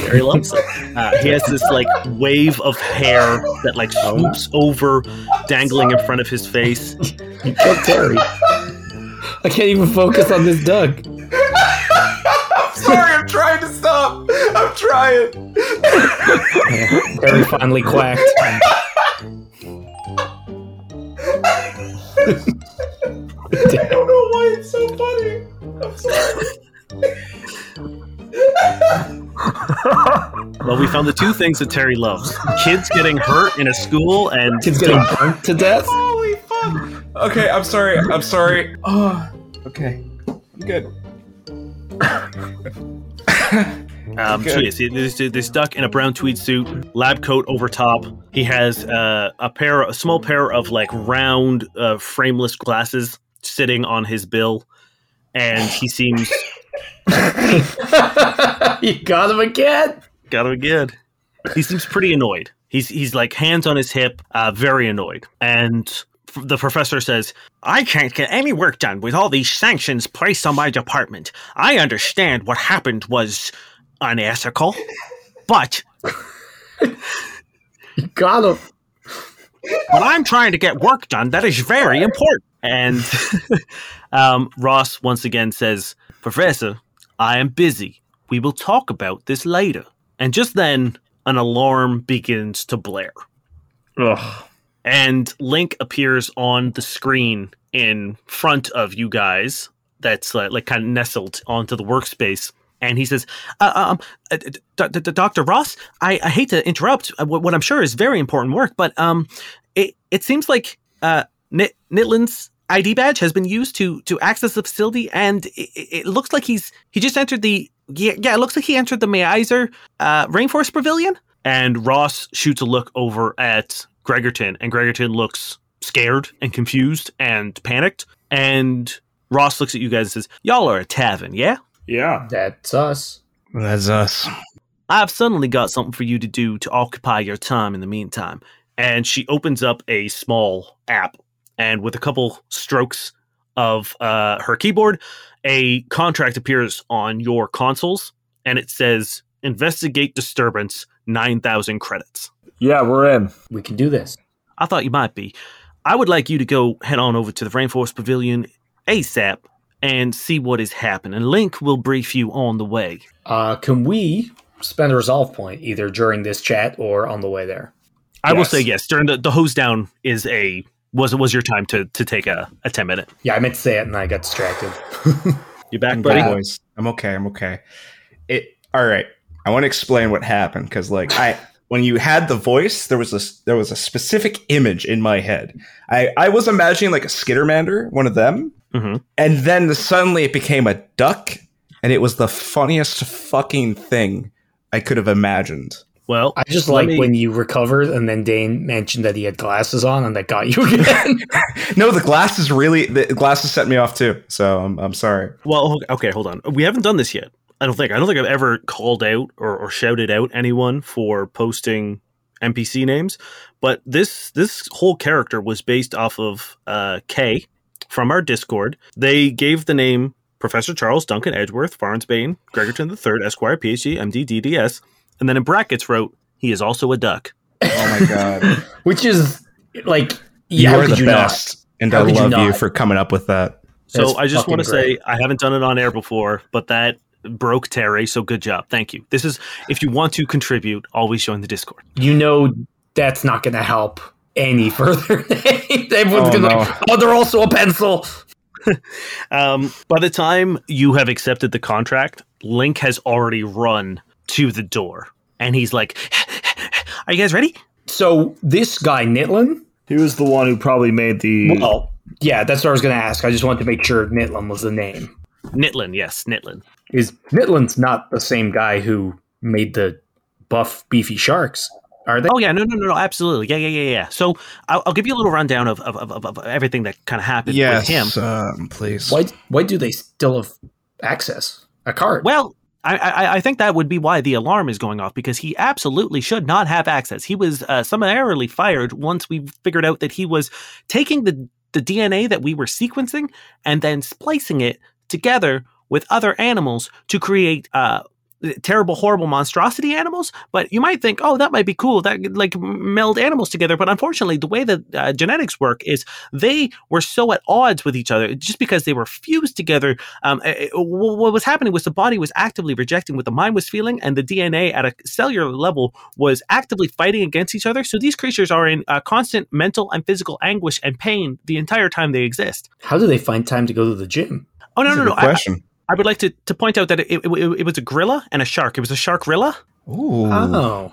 Speaker 2: Very loves it. Uh, he has this like wave of hair that like swoops over, dangling in front of his face.
Speaker 5: You killed Terry. I can't even focus on this duck.
Speaker 3: I'm sorry, I'm trying to stop. I'm trying.
Speaker 5: Terry finally quacked.
Speaker 3: I don't know why it's so funny. I'm sorry.
Speaker 2: Well, we found the two things that Terry loves: kids getting hurt in a school and
Speaker 5: Kid's getting burnt to death.
Speaker 3: Holy fuck! Okay, I'm sorry. I'm sorry. Oh, okay. I'm good.
Speaker 2: Um, so
Speaker 3: Okay.
Speaker 2: yes, he- this, this duck in a brown tweed suit, lab coat over top. He has uh, a pair, a small pair of like round, uh, frameless glasses sitting on his bill, and he seems
Speaker 5: you got him again.
Speaker 2: got him good. He seems pretty annoyed. He's he's like hands on his hip, uh, very annoyed. And f- the professor says, "I can't get any work done with all these sanctions placed on my department. I understand what happened was unethical, but."
Speaker 5: You got him.
Speaker 2: but I'm trying to get work done. That is very important. And um, Ross once again says, Professor, I am busy. We will talk about this later. And just then, an alarm begins to blare.
Speaker 4: Ugh.
Speaker 2: And Link appears on the screen in front of you guys. That's uh, like kind of nestled onto the workspace. And he says, uh, um, uh, d- d- d- Dr. Ross, I, I hate to interrupt uh, what what I'm sure is very important work, but um, it, it seems like uh, Nit- Nitlin's ID badge has been used to to access the facility, and it, it looks like he's he just entered the yeah, yeah it looks like he entered the Mayizer uh, Rainforest Pavilion. And Ross shoots a look over at Gregerton, and Gregerton looks scared and confused and panicked. And Ross looks at you guys and says, Y'all are a tavern, yeah?
Speaker 4: Yeah.
Speaker 5: That's us.
Speaker 3: That's us.
Speaker 2: I've suddenly got something for you to do to occupy your time in the meantime. And she opens up a small app, and with a couple strokes of uh, her keyboard, a contract appears on your consoles, and it says, Investigate disturbance, 9,000 credits.
Speaker 4: Yeah, we're in.
Speaker 5: We can do this.
Speaker 2: I thought you might be. I would like you to go head on over to the Rainforest Pavilion ASAP and see what is happening. Link will brief you on the way.
Speaker 5: Uh, can we spend a resolve point either during this chat or on the way there?
Speaker 2: I will
Speaker 4: Yes.
Speaker 2: say yes. During the, the hose down is a was was your time to to take a, a ten minute.
Speaker 5: Yeah, I meant to say it and I got distracted.
Speaker 2: You back,
Speaker 3: I'm
Speaker 2: buddy?
Speaker 3: good, boys. I'm okay. I'm okay. It. All right. I want to explain what happened because, like, I when you had the voice, there was a there was a specific image in my head. I I was imagining like a Skittermander, one of them,
Speaker 2: Mhm.
Speaker 3: and then suddenly it became a duck, and it was the funniest fucking thing I could have imagined.
Speaker 2: Well,
Speaker 5: I just
Speaker 2: let
Speaker 5: like
Speaker 2: me-
Speaker 5: when you recovered and then Dane mentioned that he had glasses on and that got you again.
Speaker 3: No, the glasses really the glasses set me off too. So I'm I'm sorry.
Speaker 2: Well, okay, hold on. We haven't done this yet. I don't think. I don't think I've ever called out or, or shouted out anyone for posting NPC names. But this this whole character was based off of uh, Kay from our Discord. They gave the name Professor Charles Duncan Edgeworth Farnsbane Gregerton III Esquire PhD MD DDS, and then in brackets wrote he is also a duck.
Speaker 3: Oh my god.
Speaker 5: Which is like yeah, how
Speaker 3: you are
Speaker 5: could
Speaker 3: the
Speaker 5: you not?
Speaker 3: best. And
Speaker 5: How
Speaker 3: I
Speaker 5: could you
Speaker 3: love you,
Speaker 5: not?
Speaker 3: for coming up with that.
Speaker 2: So
Speaker 5: That's
Speaker 2: I just
Speaker 5: fucking
Speaker 2: want to say
Speaker 5: great.
Speaker 2: I haven't done it on air before, but that broke Terry. So good job. Thank you. This is if you want to contribute, always join the Discord.
Speaker 5: you know that's not going to help any further. Everyone's
Speaker 3: Oh,
Speaker 5: going to
Speaker 3: no.
Speaker 5: like, oh, they're also a pencil.
Speaker 2: Um, by the time you have accepted the contract, Link has already run to the door, and he's like, "Are you guys ready?"
Speaker 5: So this guy Nitlin,
Speaker 4: He was the one who probably made
Speaker 3: Hmm.
Speaker 4: the.
Speaker 5: well, yeah, that's what I was going to ask. I just wanted to make sure Nitlin was the name.
Speaker 2: Nitlin, yes, Nitlin.
Speaker 5: Is Nitlin's not the same guy who made the buff beefy sharks? Are they?
Speaker 2: Oh yeah, no, no, no, no, absolutely, yeah, yeah, yeah, yeah. So I'll, I'll give you a little rundown of of, of, of- of everything that kind of happened with him.
Speaker 3: Yes, um, please.
Speaker 5: Why? Why do they still have access a card?
Speaker 2: Well, I, I, I think that would be why the alarm is going off because he absolutely should not have access. He was uh, summarily fired once we figured out that he was taking the, the DNA that we were sequencing and then splicing it together with other animals to create uh, terrible, horrible monstrosity animals. But you might think, oh, that might be cool. That could, like meld animals together. But unfortunately, the way that uh, genetics work is they were so at odds with each other just because they were fused together. Um, eh, eh, wh- what was happening was the body was actively rejecting what the mind was feeling, and the DNA at a cellular level was actively fighting against each other. So these creatures are in uh, constant mental and physical anguish and pain the entire time they exist.
Speaker 5: How do they find time to go to the gym?
Speaker 2: Oh no,
Speaker 3: That's
Speaker 2: no,
Speaker 3: a
Speaker 2: no!
Speaker 3: good
Speaker 2: I,
Speaker 3: question.
Speaker 2: I would like to, to point out that it, it, it was a gorilla and a shark. It was a sharkrilla.
Speaker 3: Ooh.
Speaker 5: Oh,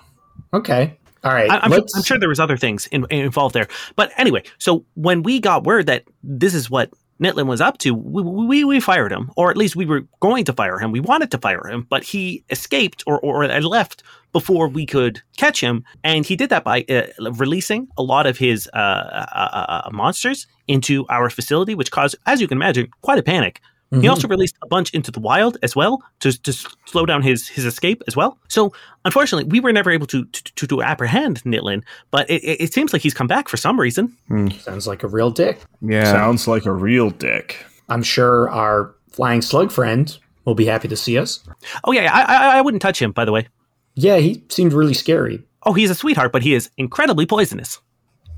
Speaker 5: okay. All right.
Speaker 2: I, I'm, sure,
Speaker 5: let's-
Speaker 2: I'm sure there was other things in, involved there. But anyway, so when we got word that this is what Nitlin was up to, we, we, we fired him, or at least we were going to fire him. We wanted to fire him, but he escaped or, or had left before we could catch him. And he did that by uh, releasing a lot of his uh, uh, uh, uh, monsters into our facility, which caused, as you can imagine, quite a panic. He
Speaker 5: Mhm.
Speaker 2: also released a bunch into the wild as well to, to s- slow down his his escape as well. So unfortunately, we were never able to to, to, to apprehend Nitlin, but it, it, it seems like he's come back for some reason.
Speaker 5: sounds like a real dick.
Speaker 3: Yeah.
Speaker 4: Sounds like a real dick.
Speaker 5: I'm sure our flying slug friend will be happy to see us.
Speaker 2: Oh yeah, yeah, I, I I wouldn't touch him by the way.
Speaker 5: Yeah, he seemed really scary.
Speaker 2: Oh, he's a sweetheart, but he is incredibly poisonous.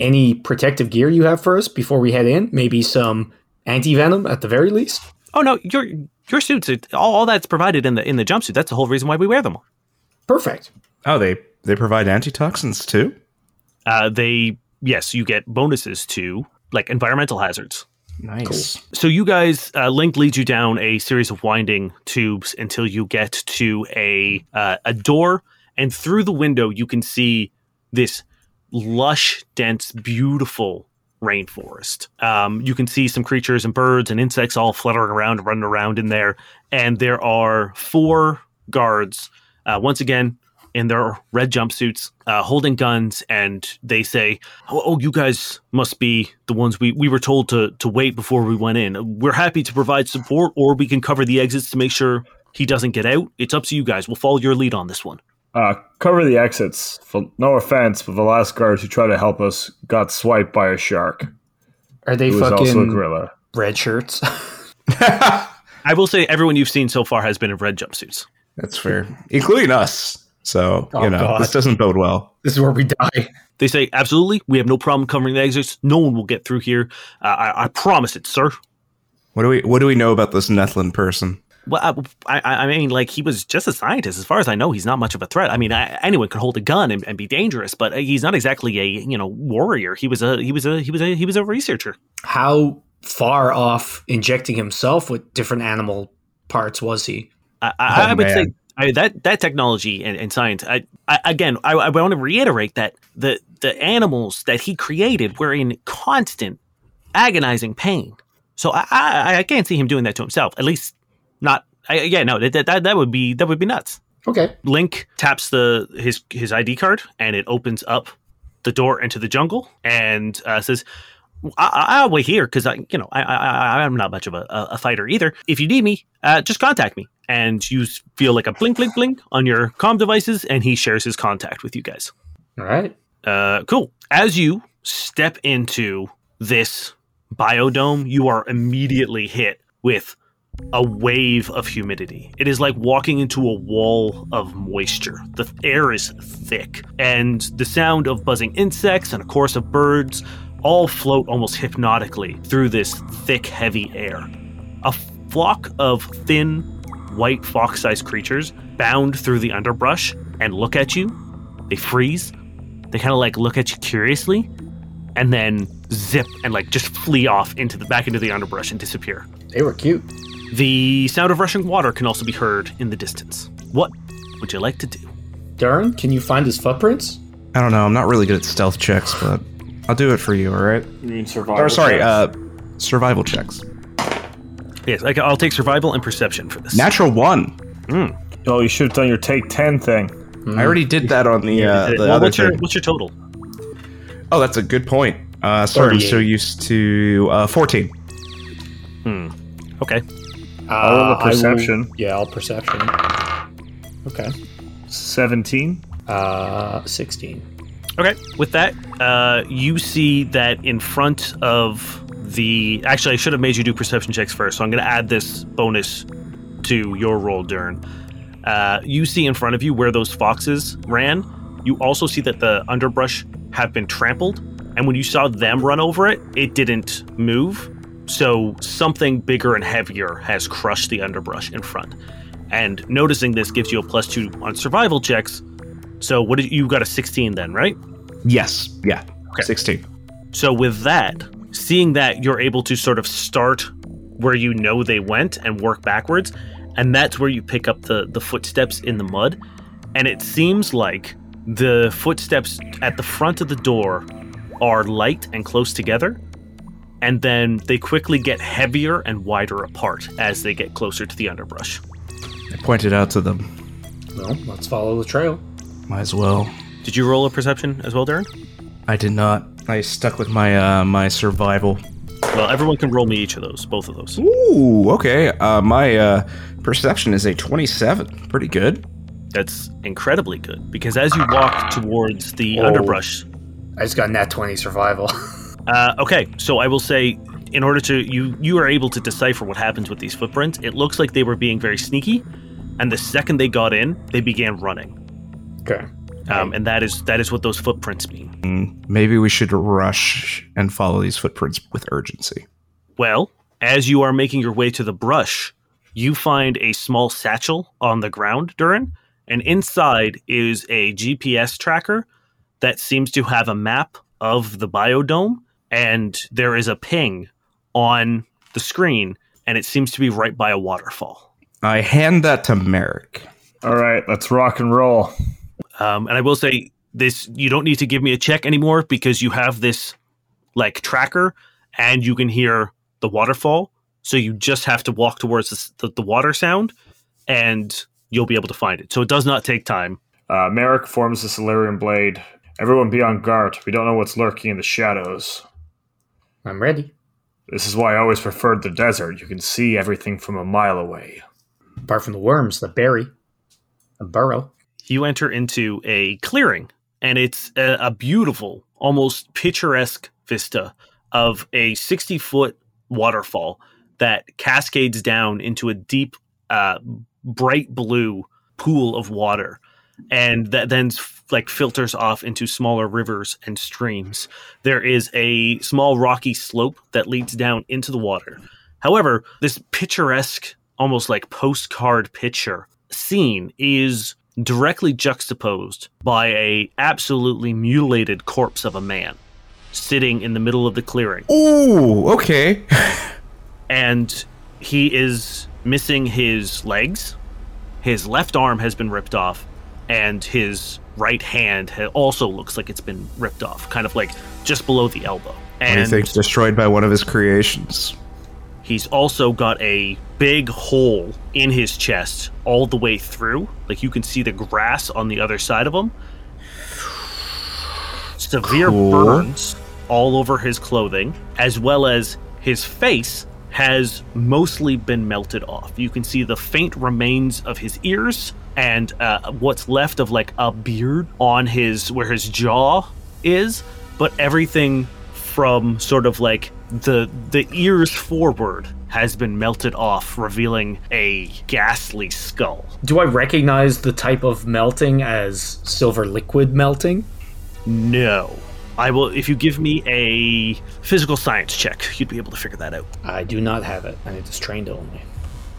Speaker 5: Any protective gear you have for us before we head in? Maybe some anti venom at the very least?
Speaker 2: Oh no, your your suits, it- all, all that's provided in the in the jumpsuit. That's the whole reason why we wear them.
Speaker 5: Perfect.
Speaker 3: oh, they they provide antitoxins too.
Speaker 2: Uh, they yes, you get bonuses to like environmental hazards.
Speaker 3: Nice.
Speaker 2: so you guys uh, link leads you down a series of winding tubes until you get to a uh, a door and through the window you can see this lush dense beautiful rainforest um, you can see some creatures and birds and insects all fluttering around running around in there and there are four guards uh, once again in their red jumpsuits uh, holding guns and they say oh, oh you guys must be the ones we, we were told to, to wait before we went in we're happy to provide support or we can cover the exits to make sure he doesn't get out it's up to you guys we'll follow your lead on this one
Speaker 4: Uh, cover the exits. For, no offense, but the last guard who tried to help us got swiped by a shark.
Speaker 5: Are they
Speaker 4: Who was also a
Speaker 5: fucking
Speaker 4: gorilla.
Speaker 5: red shirts?
Speaker 2: i will say everyone you've seen so far has been in red jumpsuits
Speaker 3: That's fair, including us. So
Speaker 5: Oh,
Speaker 3: you know
Speaker 5: God.
Speaker 3: this doesn't bode well.
Speaker 5: this is where we die.
Speaker 2: they say absolutely we have no problem covering the exits no one will get through here uh, I, I promise it sir
Speaker 3: What do we What do we know about this Nethlin person?
Speaker 2: Well, I, I, I mean, like he was just a scientist. As far as I know, he's not much of a threat. I mean, I, anyone could hold a gun and, and be dangerous, but uh, he's not exactly a you know warrior. He was a he was a he was a he was a researcher.
Speaker 5: How far off injecting himself with different animal parts was he?
Speaker 2: I, I,
Speaker 3: Oh,
Speaker 2: I would say
Speaker 3: man.
Speaker 2: I, that that technology and, and science. I, I again, I, I want to reiterate that the the animals that he created were in constant agonizing pain. So I I, I can't see him doing that to himself. At least not. I, yeah, no, that, that that would be that would be nuts.
Speaker 5: Okay.
Speaker 2: Link taps the his his ID card, and it opens up the door into the jungle, and uh, says, I, "I'll wait here because I, you know, I, I I'm not much of a, a fighter either. If you need me, uh, just contact me." And you s- feel like a blink, blink, blink on your comm devices, and he shares his contact with you guys.
Speaker 5: All right.
Speaker 2: Uh, cool. As you step into this biodome, you are immediately hit with a wave of humidity. It is like walking into a wall of moisture. The air is thick, and the sound of buzzing insects and a chorus of birds all float almost hypnotically through this thick, heavy air. A flock of thin, white fox sized creatures bound through the underbrush and look at you. They freeze, they kind of like look at you curiously and then zip and like just flee off into the back into the underbrush and disappear.
Speaker 5: They were cute.
Speaker 2: The sound of rushing water can also be heard in the distance. What would you like to do?
Speaker 5: Darren, can you find his footprints?
Speaker 3: I don't know. I'm not really good at stealth checks, but I'll do it for you. All right.
Speaker 4: You mean survival?
Speaker 3: Or sorry,
Speaker 4: checks?
Speaker 3: uh, survival checks.
Speaker 2: Yes, I, will take survival and perception for this.
Speaker 3: Natural one.
Speaker 4: oh, you should have done your take ten thing.
Speaker 3: I already did that on the, uh, the
Speaker 2: Well,
Speaker 3: other
Speaker 2: what's your
Speaker 3: thing.
Speaker 2: what's your total?
Speaker 3: Oh, that's a good point. Uh, sorry, I'm so
Speaker 5: 38.
Speaker 3: used to uh, 14.
Speaker 2: Okay,
Speaker 5: Uh,
Speaker 4: I'll roll a
Speaker 5: I will-
Speaker 4: perception.
Speaker 5: yeah, all perception. Okay.
Speaker 4: Seventeen.
Speaker 5: Uh, 16.
Speaker 2: okay. With that, uh, you see that in front of the. Actually, I should have made you do perception checks first, so I'm going to add this bonus to your roll, Dern. Uh, you see in front of you where those foxes ran. You also see that the underbrush have been trampled. And when you saw them run over it, it didn't move. So something bigger and heavier has crushed the underbrush in front. And noticing this gives you a plus two on survival checks. So what did you got a 16 then, right?
Speaker 3: Yes. Yeah.
Speaker 2: Okay.
Speaker 3: 16.
Speaker 2: So with that, seeing that you're able to sort of start where you know they went and work backwards, and that's where you pick up the the footsteps in the mud, and it seems like the footsteps at the front of the door are light and close together, and then they quickly get heavier and wider apart as they get closer to the underbrush.
Speaker 3: I pointed out to them.
Speaker 5: Well, let's follow the trail.
Speaker 3: Might as well.
Speaker 2: Did you roll a perception as well, Darren?
Speaker 3: I did not. I stuck with my uh, my survival.
Speaker 2: Well, everyone can roll me each of those, both of those.
Speaker 3: Ooh, okay. Uh, my uh, perception is a 27. Pretty good.
Speaker 2: That's incredibly good because as you walk towards the
Speaker 5: Oh.
Speaker 2: underbrush,
Speaker 5: I just got nat 20 survival.
Speaker 2: Uh, okay, so I will say, in order to you, you are able to decipher what happens with these footprints. It looks like they were being very sneaky, and the second they got in, they began running,
Speaker 5: okay.
Speaker 2: um, and that is that is what those footprints mean.
Speaker 3: Maybe we should rush and follow these footprints with urgency.
Speaker 2: Well, as you are making your way to the brush, you find a small satchel on the ground, Durin, and inside is a GPS tracker that seems to have a map of the biodome, and there is a ping on the screen, and it seems to be right by a waterfall.
Speaker 3: I hand that to Merrick.
Speaker 4: All right, let's rock and roll.
Speaker 2: Um, and I will say this: you don't need to give me a check anymore because you have this like tracker, and you can hear the waterfall. So you just have to walk towards the, s- the, the water sound, and you'll be able to find it. So it does not take time.
Speaker 4: Uh, Merrick forms the Solarian blade. Everyone be on guard. We don't know what's lurking in the shadows.
Speaker 5: I'm ready.
Speaker 4: This is why I always preferred the desert. You can see everything from a mile away.
Speaker 5: Apart from the worms, the berry, the burrow.
Speaker 2: You enter into a clearing, and it's a, a beautiful, almost picturesque vista of a sixty-foot waterfall that cascades down into a deep, uh, bright blue pool of water, and that then f- like filters off into smaller rivers and streams. There is a small rocky slope that leads down into the water. However, this picturesque, almost like postcard picture scene is directly juxtaposed by a absolutely mutilated corpse of a man sitting in the middle of the clearing
Speaker 3: Ooh, okay.
Speaker 2: and he is missing his legs. His left arm has been ripped off, and his right hand ha- also looks like it's been ripped off, kind of like just below the elbow.
Speaker 3: He
Speaker 2: And
Speaker 3: thinks destroyed by one of his creations.
Speaker 2: He's also got a big hole in his chest all the way through. Like you can see the grass on the other side of him. Severe
Speaker 3: Cool.
Speaker 2: burns all over his clothing, as well as his face has mostly been melted off. You can see the faint remains of his ears and uh, what's left of like a beard on his where his jaw is, but everything from sort of like the the ears forward has been melted off, revealing a ghastly skull.
Speaker 5: Do I recognize the type of melting as silver liquid melting?
Speaker 2: No. I will if you give me a physical science check, you'd be able to figure that out.
Speaker 5: I do not have it, and it is trained only.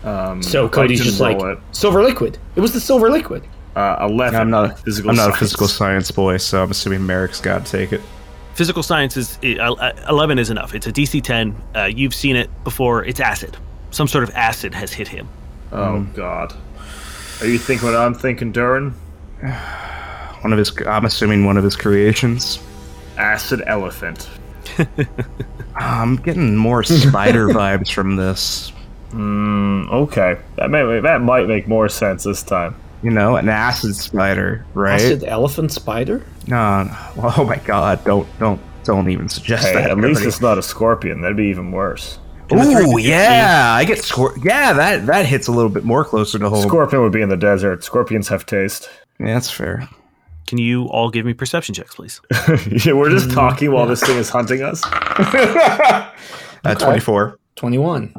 Speaker 4: Um,
Speaker 5: So Cody's
Speaker 4: Brighton
Speaker 5: just like
Speaker 4: roll it.
Speaker 5: silver liquid. It was the silver liquid.
Speaker 4: uh, 11.
Speaker 3: I'm not.
Speaker 4: physical
Speaker 3: I'm not
Speaker 4: science.
Speaker 3: a physical science boy, so I'm assuming Merrick's got to take it.
Speaker 2: Physical science is i- uh, 11 is enough. It's a DC 10. Uh, you've seen it before. It's acid. Some sort of acid has hit him.
Speaker 4: Oh,
Speaker 3: Mm.
Speaker 4: God. Are you thinking what I'm thinking, Durin?
Speaker 3: One of his. I'm assuming one of his creations.
Speaker 4: Acid elephant.
Speaker 3: I'm getting more spider vibes from this.
Speaker 4: Hmm, Okay, that may, that might make more sense this time.
Speaker 3: You know, an acid spider, right?
Speaker 5: Acid elephant spider.
Speaker 3: No, no. Well, oh my god! Don't, don't, don't even suggest
Speaker 4: Hey,
Speaker 3: that.
Speaker 4: at least
Speaker 3: everybody.
Speaker 4: it's not a scorpion. That'd be even worse.
Speaker 3: Ooh, yeah, I get scorp. Yeah, that that hits a little bit more closer to home.
Speaker 4: Scorpion would be in the desert. Scorpions have taste.
Speaker 3: yeah, that's fair.
Speaker 2: Can you all give me perception checks, please?
Speaker 4: Yeah, We're
Speaker 3: Mm.
Speaker 4: just talking while this thing is hunting us.
Speaker 3: Uh, Twenty-four.
Speaker 5: Twenty-one.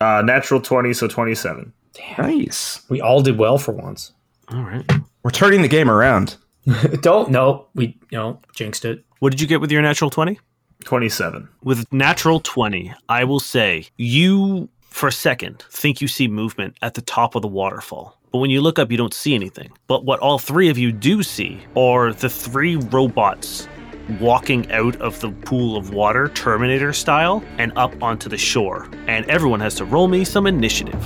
Speaker 4: Uh, natural 20, so 27.
Speaker 3: Nice.
Speaker 5: We all did well for once.
Speaker 2: All right.
Speaker 3: We're turning the game around.
Speaker 5: Don't no. We no jinxed it.
Speaker 2: What did you get with your natural 20?
Speaker 4: 27.
Speaker 2: With natural 20, I will say you, for a second, think you see movement at the top of the waterfall. But when you look up, you don't see anything. But what all three of you do see are the three robots walking out of the pool of water, Terminator style, and up onto the shore. And everyone has to roll me some initiative.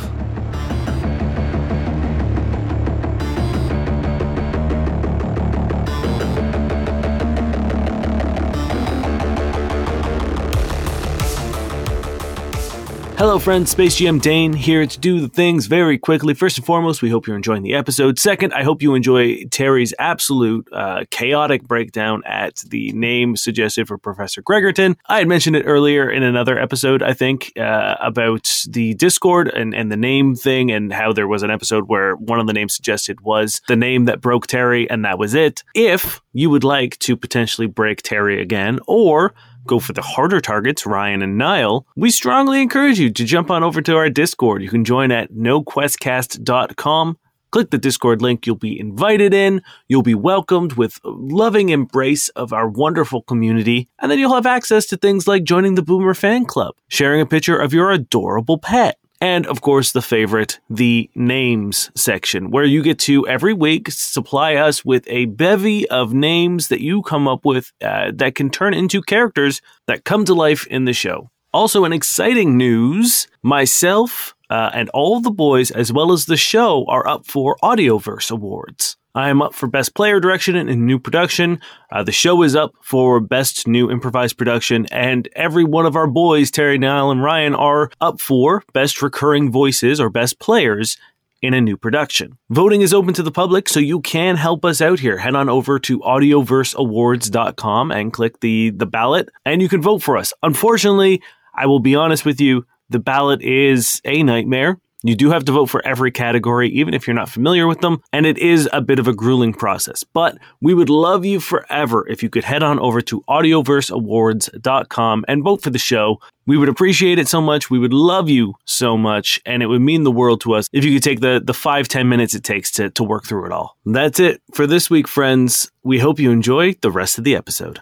Speaker 2: Hello, friends. Space GM Dane here to do the things very quickly. First and foremost, we hope you're enjoying the episode. Second, I hope you enjoy Terry's absolute uh, chaotic breakdown at the name suggested for Professor Gregerton. I had mentioned it earlier in another episode, I think, uh, about the Discord and, and the name thing, and how there was an episode where one of the names suggested was the name that broke Terry, and that was it. If you would like to potentially break Terry again, or go for the harder targets, Ryan and Niall, we strongly encourage you to jump on over to our Discord. You can join at noquestcast.com. Click the Discord link, you'll be invited in, you'll be welcomed with a loving embrace of our wonderful community, and then you'll have access to things like joining the Boomer Fan Club, sharing a picture of your adorable pet, and of course, the favorite, the names section, where you get to every week supply us with a bevy of names that you come up with uh, that can turn into characters that come to life in the show. Also, in exciting news, myself uh, and all the boys, as well as the show, are up for Audioverse Awards. I am up for Best Player Direction in New Production. Uh, the show is up for Best New Improvised Production, and every one of our boys, Terry, Niall, and Ryan, are up for Best Recurring Voices or Best Players in a new production. Voting is open to the public, so you can help us out here. Head on over to audioverseawards.com and click the the ballot and you can vote for us. Unfortunately, I will be honest with you, the ballot is a nightmare. You do have to vote for every category, even if you're not familiar with them, and it is a bit of a grueling process. But we would love you forever if you could head on over to audioverseawards.com and vote for the show. We would appreciate it so much. We would love you so much, and it would mean the world to us if you could take the the five ten minutes it takes to to work through it all. That's it for this week, friends. We hope you enjoy the rest of the episode.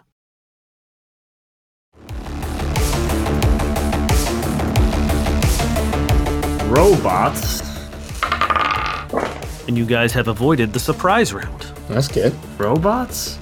Speaker 4: Robots.
Speaker 2: And you guys have avoided the surprise round.
Speaker 5: That's good.
Speaker 4: Robots?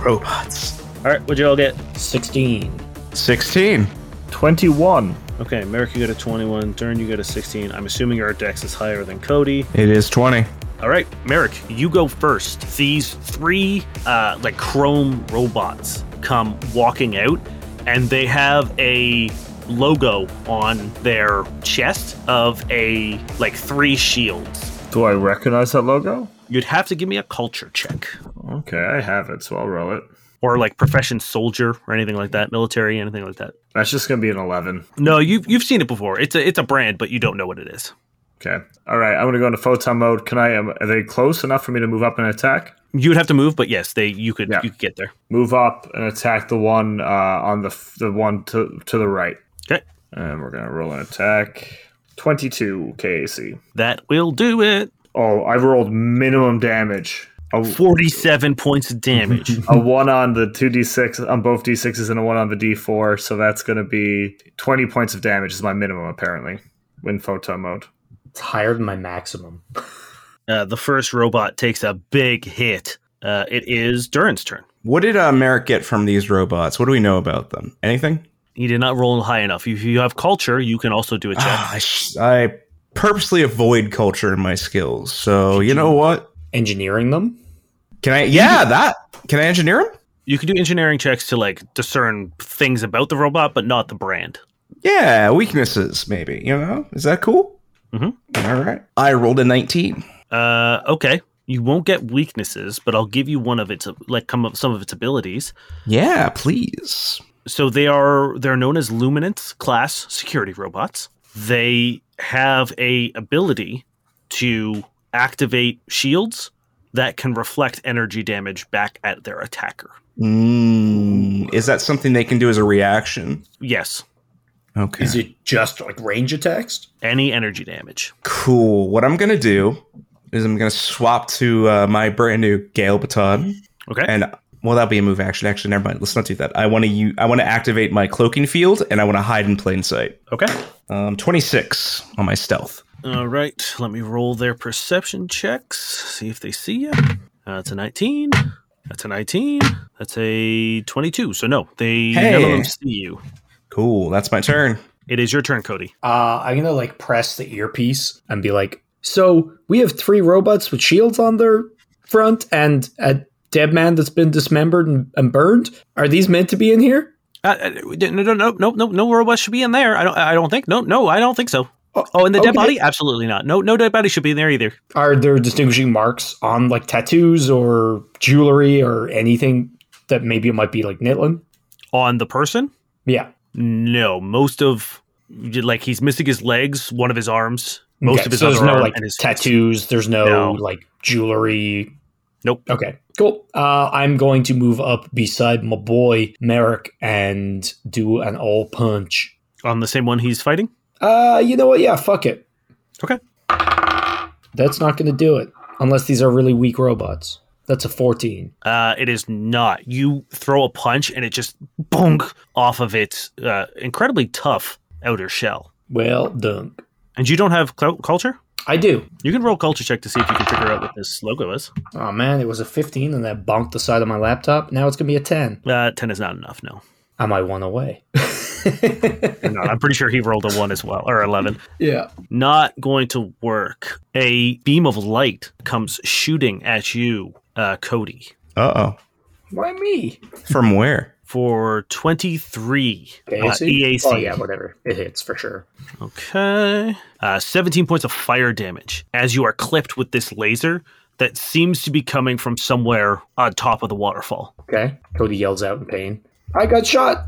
Speaker 3: Robots.
Speaker 2: All right, what'd you all get?
Speaker 5: Sixteen.
Speaker 3: Sixteen.
Speaker 4: 21.
Speaker 2: Okay, Merrick, you got a 21. Dern, you got a 16. I'm assuming your dex is higher than Cody.
Speaker 3: It is twenty.
Speaker 2: All right, Merrick, you go first. These three, uh, like chrome robots, come walking out, and they have a logo on their chest of a like three shields.
Speaker 4: Do I recognize that logo?
Speaker 2: You'd have to give me a culture check
Speaker 4: Okay, I have it, so I'll roll it.
Speaker 2: or like profession soldier or anything like that, military, anything like that.
Speaker 4: That's just gonna be an eleven.
Speaker 2: No, you've you've seen it before. It's a it's a brand, but you don't know what it is.
Speaker 4: Okay. All right. I'm gonna go into photon mode. Can I? Am, are they close enough for me to move up and attack?
Speaker 2: You'd have to move, but yes, they you could
Speaker 4: Yeah.
Speaker 2: you could get there.
Speaker 4: Move up and attack the one uh, on the f- the one to to the right.
Speaker 2: Okay.
Speaker 4: And we're gonna roll an attack. Twenty-two KAC.
Speaker 2: That will do it.
Speaker 4: Oh, I rolled minimum damage. Oh. A,
Speaker 2: Forty-seven points of damage.
Speaker 4: a one on the two d6 on both d6s and a one on the d4. So that's gonna be twenty points of damage is my minimum apparently in photon mode.
Speaker 5: It's higher than my maximum.
Speaker 2: uh, the first robot takes a big hit. Uh, it is Duran's turn.
Speaker 3: What did uh, Merrick get from these robots? What do we know about them? Anything?
Speaker 2: He did not roll high enough. If you have culture, you can also do a check.
Speaker 3: Ah, I, sh- I purposely avoid culture in my skills. So you know what?
Speaker 5: Engineering them?
Speaker 3: Can I? Yeah, that. Can I engineer them?
Speaker 2: you can do engineering checks to like discern things about the robot, but not the brand.
Speaker 3: Yeah, weaknesses maybe. You know, is that cool?
Speaker 2: Mhm.
Speaker 3: All right. I rolled a nineteen.
Speaker 2: Uh, okay, you won't get weaknesses, but I'll give you one of its like come up some of its abilities.
Speaker 3: Yeah, please.
Speaker 2: so they are they're known as luminance class security robots they have a ability to activate shields that can reflect energy damage back at their attacker
Speaker 3: Mm, is that something they can do as a reaction?
Speaker 2: yes
Speaker 3: Okay.
Speaker 5: Is it just like range attacks?
Speaker 2: any energy damage
Speaker 3: cool. What I'm gonna do is I'm gonna swap to uh, my brand new Gale baton.
Speaker 2: okay
Speaker 3: and well that'll be a move action actually never mind let's not do that i want to u- i want to activate my cloaking field and i want to hide in plain sight
Speaker 2: okay
Speaker 3: um 26 on my stealth
Speaker 2: all right let me roll their perception checks see if they see you that's a 19 that's a 19 that's a 22 so no they none of
Speaker 3: Hey.
Speaker 2: them see you
Speaker 3: cool that's my turn
Speaker 2: it is your turn cody
Speaker 5: Uh, I'm gonna like press the earpiece and be like, "So we have three robots with shields on their front and a dead man that's been dismembered and, and burned. Are these meant to be in here?
Speaker 2: Uh, uh, no, no, no, no, no, no robot should be in there. I don't, I don't think. No, no, I don't think so.
Speaker 5: Oh,
Speaker 2: Oh, and the dead
Speaker 5: okay.
Speaker 2: body? Absolutely not. No, no dead body should be in there either.
Speaker 5: Are there distinguishing marks on like tattoos or jewelry or anything that maybe it might be like Nitlin?
Speaker 2: On the person?
Speaker 5: Yeah,
Speaker 2: No, most of like he's missing his legs, one of his arms, most
Speaker 5: Okay,
Speaker 2: of his
Speaker 5: so
Speaker 2: other
Speaker 5: there's no
Speaker 2: arm,
Speaker 5: like
Speaker 2: and his face.
Speaker 5: tattoos. There's no,
Speaker 2: No.
Speaker 5: like jewelry.
Speaker 2: Nope.
Speaker 5: Okay, cool. Uh, I'm going to move up beside my boy Merrick and do an all punch.
Speaker 2: on the same one he's fighting.
Speaker 5: Uh, you know what? Yeah, fuck it.
Speaker 2: Okay.
Speaker 5: That's not going to do it unless these are really weak robots. That's a 14.
Speaker 2: Uh, it is not. You throw a punch and it just boom off of its uh, incredibly tough outer shell.
Speaker 5: Well done.
Speaker 2: And you don't have cl- culture.
Speaker 5: I do.
Speaker 2: You can roll culture check to see if you can figure out what this logo is.
Speaker 5: Oh man, it was a 15 and that bonked the side of my laptop. Now it's going to be a 10.
Speaker 2: Uh, Ten is not enough. No,
Speaker 5: Am I one away?
Speaker 2: no. I'm pretty sure he rolled a one as well or eleven.
Speaker 5: yeah.
Speaker 2: not going to work. A beam of light comes shooting at you, uh, Cody,
Speaker 3: uh-oh
Speaker 5: Why me?
Speaker 3: from where
Speaker 2: for 23 uh, EAC.
Speaker 5: Oh yeah, whatever. It hits for sure.
Speaker 2: Okay. Uh, 17 points of fire damage as you are clipped with this laser that seems to be coming from somewhere on top of the waterfall.
Speaker 5: Okay. Cody yells out in pain. I got shot.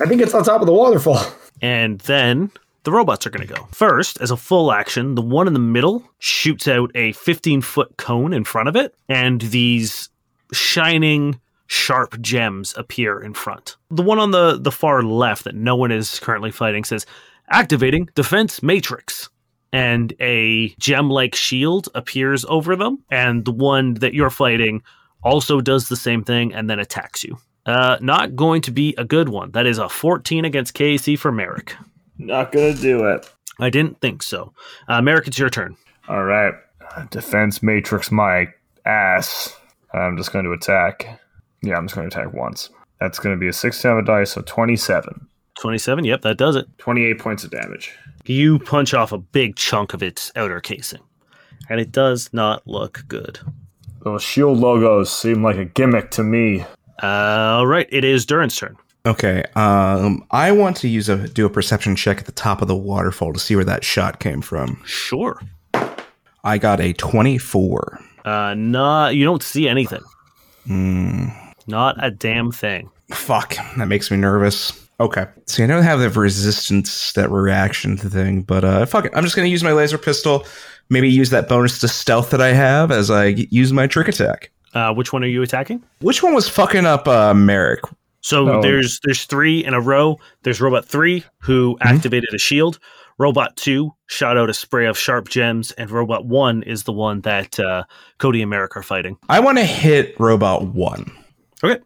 Speaker 5: I think it's on top of the waterfall.
Speaker 2: And then the robots are going to go. First, as a full action, the one in the middle shoots out a 15 foot cone in front of it, and these shining, sharp gems appear in front. The one on the, the far left that no one is currently fighting says, Activating Defense Matrix. And a gem like shield appears over them, and the one that you're fighting also does the same thing and then attacks you. Uh, not going to be a good one. That is a 14 against KC for Merrick.
Speaker 4: Not gonna do it.
Speaker 2: I didn't think so. Uh, Merrick, it's your turn.
Speaker 4: All right. Defense matrix my ass. I'm just going to attack. Yeah, I'm just going to attack once. That's going to be a 6 down of dice, so 27.
Speaker 2: 27. Yep, that does it.
Speaker 4: 28 points of damage.
Speaker 2: You punch off a big chunk of its outer casing, and it does not look good.
Speaker 4: Those shield logos seem like a gimmick to me.
Speaker 2: All right, it is Duran's turn.
Speaker 3: Okay. Um, I want to use a do a perception check at the top of the waterfall to see where that shot came from.
Speaker 2: Sure.
Speaker 3: I got a twenty-four.
Speaker 2: Uh, not you don't see anything. Not a damn thing.
Speaker 3: Fuck, that makes me nervous. Okay. See, I don't have that resistance, that reaction thing, but uh, fuck it. I'm just gonna use my laser pistol. Maybe use that bonus to stealth that I have as I g- use my trick attack.
Speaker 2: Uh, which one are you attacking?
Speaker 3: Which one was fucking up uh, Merrick?
Speaker 2: So
Speaker 5: Oh.
Speaker 2: there's there's three in a row. There's robot three who
Speaker 3: Mm-hmm.
Speaker 2: activated a shield. Robot two shot out a spray of sharp gems, and robot one is the one that uh, Cody and Merrick are fighting.
Speaker 3: I want to hit robot one.
Speaker 2: Okay.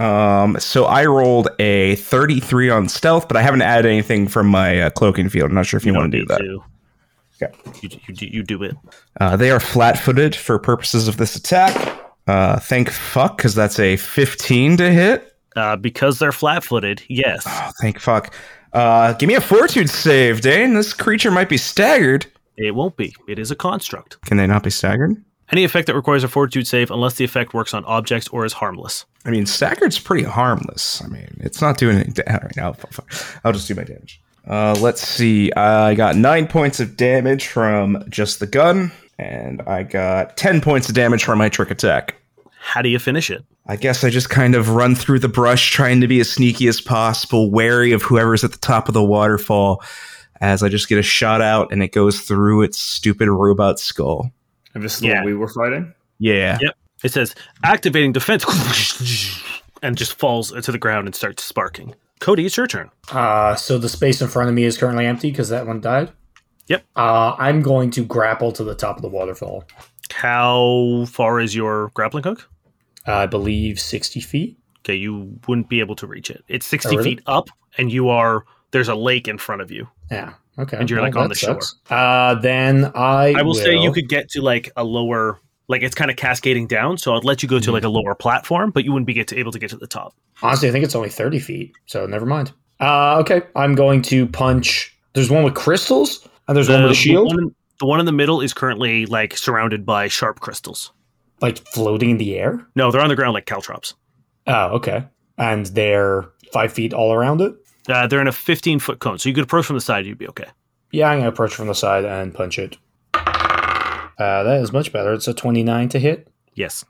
Speaker 3: Um, so I rolled a 33 on stealth, but I haven't added anything from my uh, cloaking field. I'm not sure if you,
Speaker 2: don't
Speaker 3: want to do
Speaker 2: need
Speaker 3: that.
Speaker 2: to. You, you, do- you do it.
Speaker 3: Uh, they are flat footed for purposes of this attack. Uh, thank fuck, because that's a 15 to hit.
Speaker 2: Uh, because they're flat footed, yes.
Speaker 3: Oh, thank fuck. Uh, give me a fortitude save, Dane. This creature might be staggered.
Speaker 2: It won't be. It is a construct.
Speaker 3: Can they not be staggered?
Speaker 2: Any effect that requires a fortitude save, unless the effect works on objects or is harmless.
Speaker 3: I mean, staggered's pretty harmless. I mean, it's not doing any damage right now. Fuck, fuck. I'll just do my damage. Uh, let's see. I got nine points of damage from just the gun, and I got ten points of damage from my trick attack.
Speaker 2: How do you finish it?
Speaker 3: I guess I just kind of run through the brush, trying to be as sneaky as possible, wary of whoever's at the top of the waterfall, as I just get a shot out and it goes through its stupid robot skull.
Speaker 4: And this is
Speaker 2: Yeah.
Speaker 4: what we were fighting.
Speaker 3: Yeah.
Speaker 2: It says activating defense and just falls to the ground and starts sparking. Cody, it's your turn.
Speaker 5: Uh, so the space in front of me is currently empty because that one died.
Speaker 2: Yep.
Speaker 5: Uh, I'm going to grapple to the top of the waterfall.
Speaker 2: How far is your grappling hook?
Speaker 5: I believe 60 feet.
Speaker 2: Okay, you wouldn't be able to reach it. It's 60
Speaker 5: Oh, really?
Speaker 2: feet up, and you are there's a lake in front of you.
Speaker 5: Yeah. Okay.
Speaker 2: And you're, like, on
Speaker 5: that
Speaker 2: the shore.
Speaker 5: Uh, then I.
Speaker 2: I will say you could get to like a lower, like it's kind of cascading down. So I'd let you go to like a lower platform, but you wouldn't be get to, able to get to the top.
Speaker 5: Honestly, I think it's only 30 feet, so never mind. Uh, okay, I'm going to punch. There's one with crystals, and there's one with a shield,
Speaker 2: Um, The one, the one in the middle is currently like surrounded by sharp crystals.
Speaker 5: like floating in the air.
Speaker 2: No, they're on the ground like caltrops.
Speaker 5: Oh, okay. And they're five feet all around it.
Speaker 2: Uh, they're in a 15 foot cone, so you could approach from the side. You'd be okay.
Speaker 5: Yeah, I'm going to approach from the side and punch it. Uh, that is much better. It's a 29 to hit.
Speaker 2: Yes.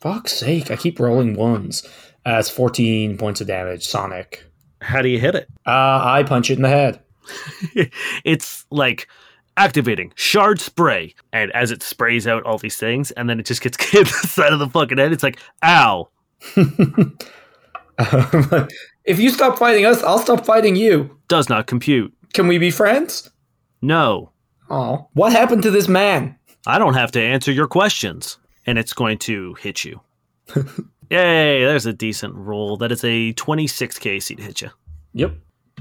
Speaker 5: Fuck's sake, I keep rolling ones. Uh, it's 14 points of damage, Sonic.
Speaker 2: How do you hit it?
Speaker 5: Uh, I punch it in the head.
Speaker 2: it's like activating shard spray, and as it sprays out all these things, and then it just gets hit in the side of the fucking head. It's like, ow.
Speaker 5: if you stop fighting us, I'll stop fighting you.
Speaker 2: Does not compute.
Speaker 5: Can we be friends?
Speaker 2: No,
Speaker 5: Oh, what happened to this man?
Speaker 2: I don't have to answer your questions. And it's going to hit you. Yay, there's a decent roll. That is a 26 KC to hit you.
Speaker 5: Yep.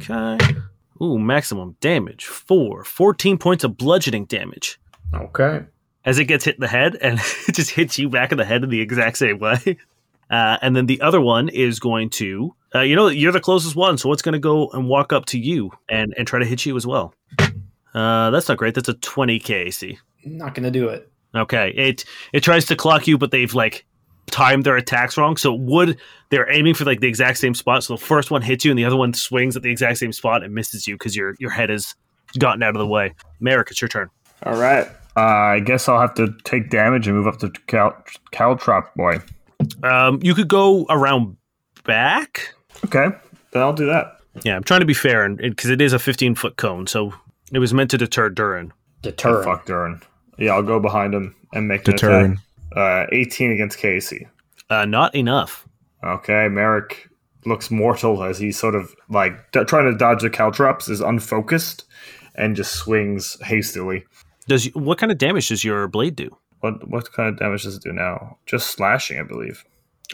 Speaker 2: Okay. Ooh, maximum damage. Four. 14 points of bludgeoning damage.
Speaker 5: Okay.
Speaker 2: as it gets hit in the head and it just hits you back in the head in the exact same way. Uh, and then the other one is going to, uh, you know, you're the closest one, so it's going to go and walk up to you and, and try to hit you as well. Uh, that's not great. That's a 20 KAC.
Speaker 5: Not gonna do it.
Speaker 2: Okay, it it tries to clock you, but they've like timed their attacks wrong. So it would they're aiming for like the exact same spot? So the first one hits you, and the other one swings at the exact same spot and misses you because your your head has gotten out of the way. Merrick, it's your turn.
Speaker 4: All right. Uh, I guess I'll have to take damage and move up to Cal- Caltrop Boy.
Speaker 2: Um, you could go around back.
Speaker 4: Okay. Then I'll do that.
Speaker 2: Yeah, I'm trying to be fair, and because it is a 15 foot cone, so it was meant to deter Durin.
Speaker 5: Deter.
Speaker 4: Fuck Durin. Yeah, I'll go behind him and make an
Speaker 3: Deterring.
Speaker 4: attack. Uh, 18 against Casey.
Speaker 2: Uh, not enough.
Speaker 4: Okay, Merrick looks mortal as he sort of like d- trying to dodge the caltrops is unfocused and just swings hastily.
Speaker 2: Does what kind of damage does your blade do?
Speaker 4: What what kind of damage does it do now? Just slashing, I believe.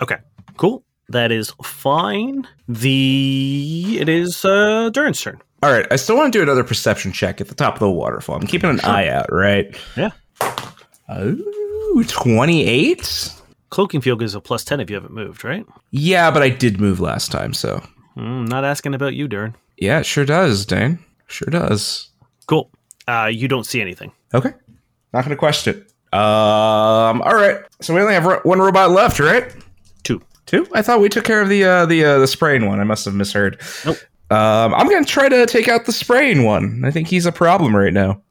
Speaker 2: Okay, cool. That is fine. The it is uh, Durin's turn.
Speaker 3: All right, I still want to do another perception check at the top of the waterfall. I'm keeping an eye out, right?
Speaker 2: Yeah.
Speaker 3: Oh, 28?
Speaker 2: Cloaking field gives a plus 10 if you haven't moved, right?
Speaker 3: Yeah, but I did move last time, so.
Speaker 2: Mm, not asking about you, Durin.
Speaker 3: Yeah, it sure does, Dane. Sure does.
Speaker 2: Cool. Uh, you don't see anything.
Speaker 3: Okay. Not going to question it. Um, all right. So we only have ro- one robot left, right?
Speaker 2: Two.
Speaker 3: Two? I thought we took care of the uh, the uh, the sprain one. I must have misheard.
Speaker 2: Nope.
Speaker 3: Um, I'm gonna try to take out the sprain one. I think he's a problem right now.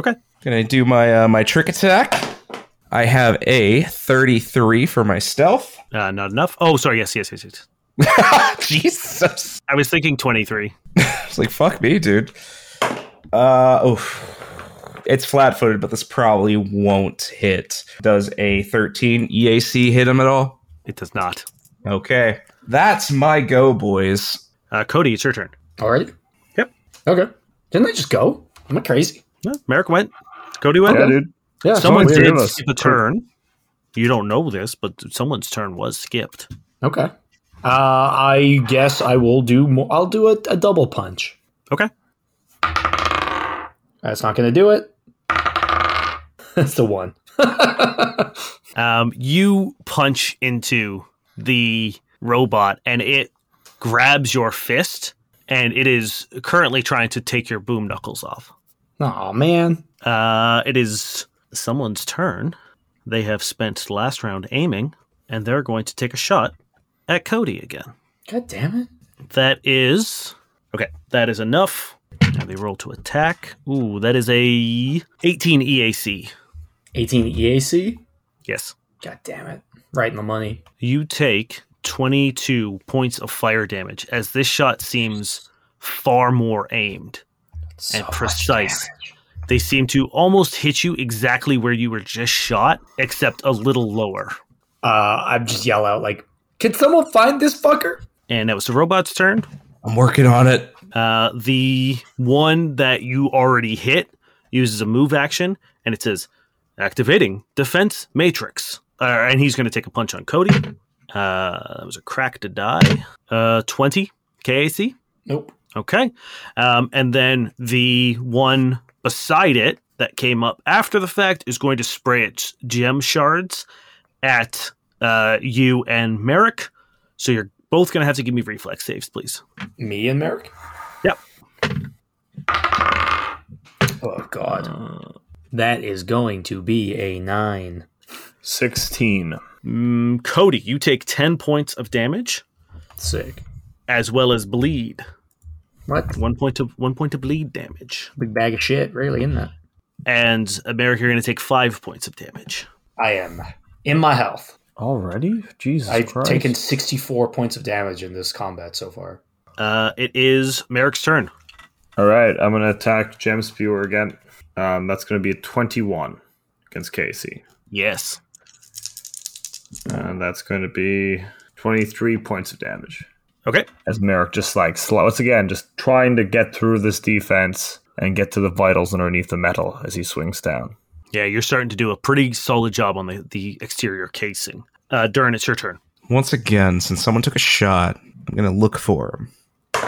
Speaker 2: Okay.
Speaker 3: Gonna do my uh, my trick attack. I have a 33 for my stealth.
Speaker 2: Uh, not enough. Oh, sorry. Yes, yes, yes, yes.
Speaker 3: Jesus.
Speaker 2: I was thinking 23.
Speaker 3: It's like fuck me, dude. Uh oh. It's flat footed, but this probably won't hit. Does a 13 EAC hit him at all?
Speaker 2: It does not.
Speaker 3: Okay. That's my go, boys.
Speaker 2: Uh, Cody, it's your turn.
Speaker 5: All right.
Speaker 2: Yep.
Speaker 5: Okay. Didn't I just go? Am I crazy?
Speaker 2: No, Merrick went. Cody went.
Speaker 4: Yeah, dude.
Speaker 5: Yeah.
Speaker 2: Someone
Speaker 4: Totally
Speaker 2: did
Speaker 4: ridiculous.
Speaker 2: skip a turn. You don't know this, but someone's turn was skipped.
Speaker 5: Okay. Uh, I guess I will do. More, I'll do a, a double punch.
Speaker 2: Okay.
Speaker 5: That's not going to do it. That's the one.
Speaker 2: Um, you punch into the robot and it grabs your fist and it is currently trying to take your boom knuckles off.
Speaker 5: Oh man.
Speaker 2: Uh, it is someone's turn. They have spent last round aiming and they're going to take a shot at Cody again.
Speaker 5: God damn it.
Speaker 2: That is okay. That is enough. Now they roll to attack. Ooh, that is a 18 EAC.
Speaker 5: 18 EAC.
Speaker 2: Yes,
Speaker 5: E God damn it. Right in the money.
Speaker 2: you take 22 points of fire damage as this shot seems far more aimed
Speaker 5: So
Speaker 2: and
Speaker 5: much
Speaker 2: precise.
Speaker 5: damage.
Speaker 2: They seem to almost hit you exactly where you were just shot, except a little lower.
Speaker 5: Uh, I just yell out like, "Can someone find this fucker?"
Speaker 2: And that was the robot's turn.
Speaker 3: I'm working on it.
Speaker 2: Uh, the one that you already hit uses a move action, and it says activating defense matrix. Uh, and he's going to take a punch on Cody. Uh, that was a crack to die. Uh, 20 KAC.
Speaker 5: Nope.
Speaker 2: Okay. Um, and then the one beside it that came up after the fact is going to spray its gem shards at uh, you and Merrick. So you're both going to have to give me reflex saves, please.
Speaker 5: Me and Merrick.
Speaker 2: Yep.
Speaker 5: Oh God. that is going to be a nine.
Speaker 4: 16.
Speaker 2: Mm, Cody, you take 10 points of damage
Speaker 5: Sick.
Speaker 2: as well as bleed.
Speaker 5: What?
Speaker 2: One point of one point of bleed damage.
Speaker 5: Big bag of shit, really, isn't that?
Speaker 2: And America, you're going to take five points of damage.
Speaker 5: I am in my health.
Speaker 6: Already? Jesus
Speaker 5: I've
Speaker 6: Christ.
Speaker 5: taken 64 points of damage in this combat so far.
Speaker 2: Uh, it is Merrick's turn.
Speaker 4: All right, I'm going to attack Gem Spewer again. Um, that's going to be a 21 against Casey.
Speaker 2: Yes.
Speaker 4: And that's going to be 23 points of damage.
Speaker 2: Okay.
Speaker 4: As Merrick just like, slow, once again, just trying to get through this defense and get to the vitals underneath the metal as he swings down.
Speaker 2: Yeah, you're starting to do a pretty solid job on the, the exterior casing. Uh, Durin, it's your turn.
Speaker 3: Once again, since someone took a shot, I'm gonna look for him.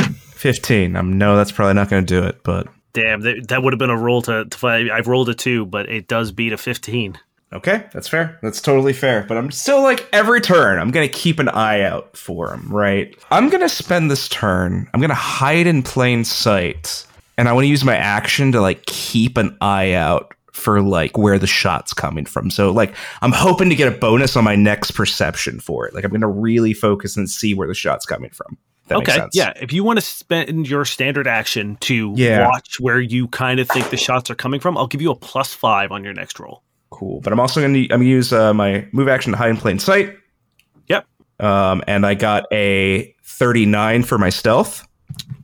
Speaker 3: 15. I'm no, that's probably not gonna do it, but
Speaker 2: Damn, that, that would have been a roll to, to find. I've rolled a two, but it does beat a 15.
Speaker 3: okay, that's fair. That's totally fair. But I'm still like every turn, I'm gonna keep an eye out for him, right? I'm gonna spend this turn. I'm gonna hide in plain sight, and I want to use my action to like keep an eye out for like where the shot's coming from. So like I'm hoping to get a bonus on my next perception for it. Like I'm gonna really focus and see where the shot's coming from. That makes
Speaker 2: okay.
Speaker 3: sense.
Speaker 2: Yeah. If you want to spend your standard action to
Speaker 3: Yeah.
Speaker 2: watch where you kind of think the shots are coming from, I'll give you a plus five on your next roll.
Speaker 3: Cool. But I'm also going to I'm gonna use uh, my move action to hide in plain sight.
Speaker 2: Yep.
Speaker 3: Um, and I got a 39 for my stealth.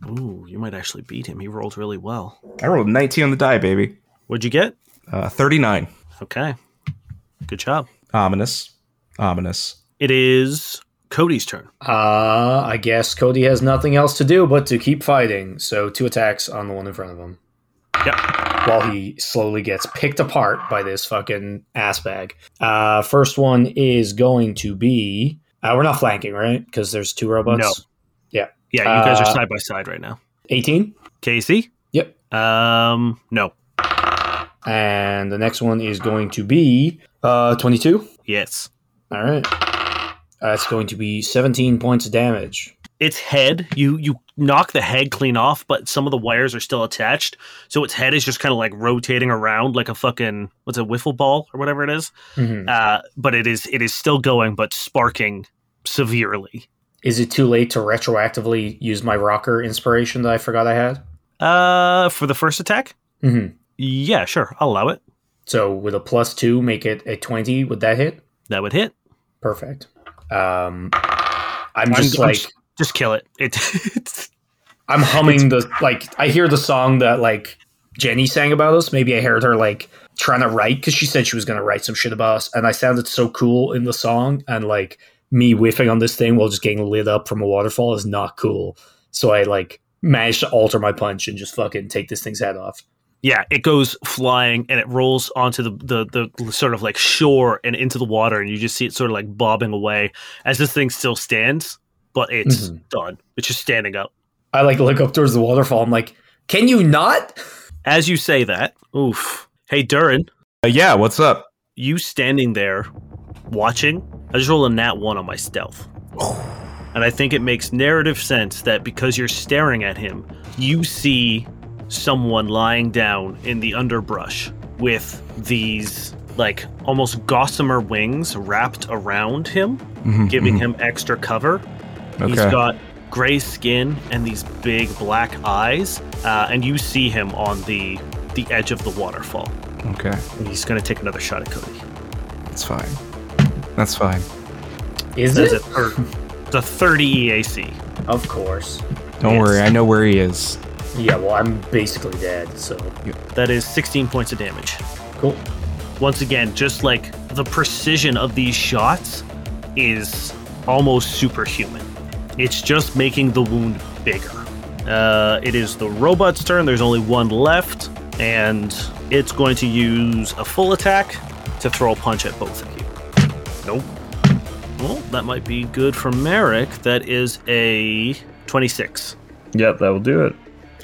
Speaker 2: Ooh, you might actually beat him. He rolled really well.
Speaker 3: I rolled a 19 on the die, baby.
Speaker 2: What'd you get?
Speaker 3: Uh, 39.
Speaker 2: Okay. Good job.
Speaker 3: Ominous. Ominous.
Speaker 2: It is Cody's turn.
Speaker 5: Uh, I guess Cody has nothing else to do but to keep fighting, so two attacks on the one in front of him.
Speaker 2: Yep.
Speaker 5: While he slowly gets picked apart by this fucking ass bag. Uh, first one is going to be. Uh, we're not flanking, right? Because there's two robots.
Speaker 2: No. Yeah, you guys are
Speaker 5: Uh,
Speaker 2: side by side right now.
Speaker 5: 18?
Speaker 2: Casey?
Speaker 5: Yep.
Speaker 2: Um, no.
Speaker 5: And the next one is going to be uh, 22.
Speaker 2: Yes.
Speaker 5: All right. That's going to be 17 points of damage.
Speaker 2: its head you you knock the head clean off but some of the wires are still attached so its head is just kind of like rotating around like a fucking what's a wiffle ball or whatever it is
Speaker 5: Mhm.
Speaker 2: uh, but it is it is still going but sparking severely.
Speaker 5: Is it too late to retroactively use my rocker inspiration that I forgot I had?
Speaker 2: Uh, for the first attack?
Speaker 5: hmm
Speaker 2: Yeah, sure. I'll allow it.
Speaker 5: So with a plus two, make it a twenty. Would that hit?
Speaker 2: That would hit.
Speaker 5: Perfect. Um, I'm
Speaker 2: I'm-
Speaker 5: just
Speaker 2: I'm
Speaker 5: like
Speaker 2: s- Just kill it. it it's,
Speaker 5: I'm humming the like I hear the song that like Jenny sang about us. Maybe I heard her like trying to write because she said she was going to write some shit about us, and I sounded so cool in the song. And like me whiffing on this thing while just getting lit up from a waterfall is not cool. So I like managed to alter my punch and just fucking take this thing's head off.
Speaker 2: yeah, it goes flying and it rolls onto the, the, the sort of like shore and into the water, and you just see it sort of like bobbing away as this thing still stands, but it's done. It's just standing up.
Speaker 5: I like look up towards the waterfall. I'm like, can you not?
Speaker 2: As you say that, oof. Hey, Durin,
Speaker 3: Uh, yeah, what's up?
Speaker 2: you standing there watching, I just roll a nat one on my stealth. And I think it makes narrative sense that because you're staring at him, you see someone lying down in the underbrush with these, like, almost gossamer wings wrapped around him,
Speaker 3: Mhm,
Speaker 2: giving
Speaker 3: mhm.
Speaker 2: him extra cover. He's
Speaker 3: Mm-hmm. Okay.
Speaker 2: got gray skin and these big black eyes, uh, and you see him on the the edge of the waterfall.
Speaker 3: Okay,
Speaker 2: And he's going to take another shot at Cody.
Speaker 3: that's fine. That's fine.
Speaker 5: Is
Speaker 2: That's
Speaker 5: it?
Speaker 2: a thir- it's a 30 EAC.
Speaker 5: Of course.
Speaker 3: Don't
Speaker 2: Yes.
Speaker 3: worry, I know where he is.
Speaker 5: Yeah. Well, I'm basically dead. So
Speaker 2: That is 16 points of damage.
Speaker 5: cool.
Speaker 2: Once again, just like the precision of these shots is almost superhuman. It's just making the wound bigger. Uh, it is the robot's turn. There's only one left, and it's going to use a full attack to throw a punch at both of you. Nope. Well, that might be good for Merrick. That is a 26.
Speaker 4: Yep, that will do it.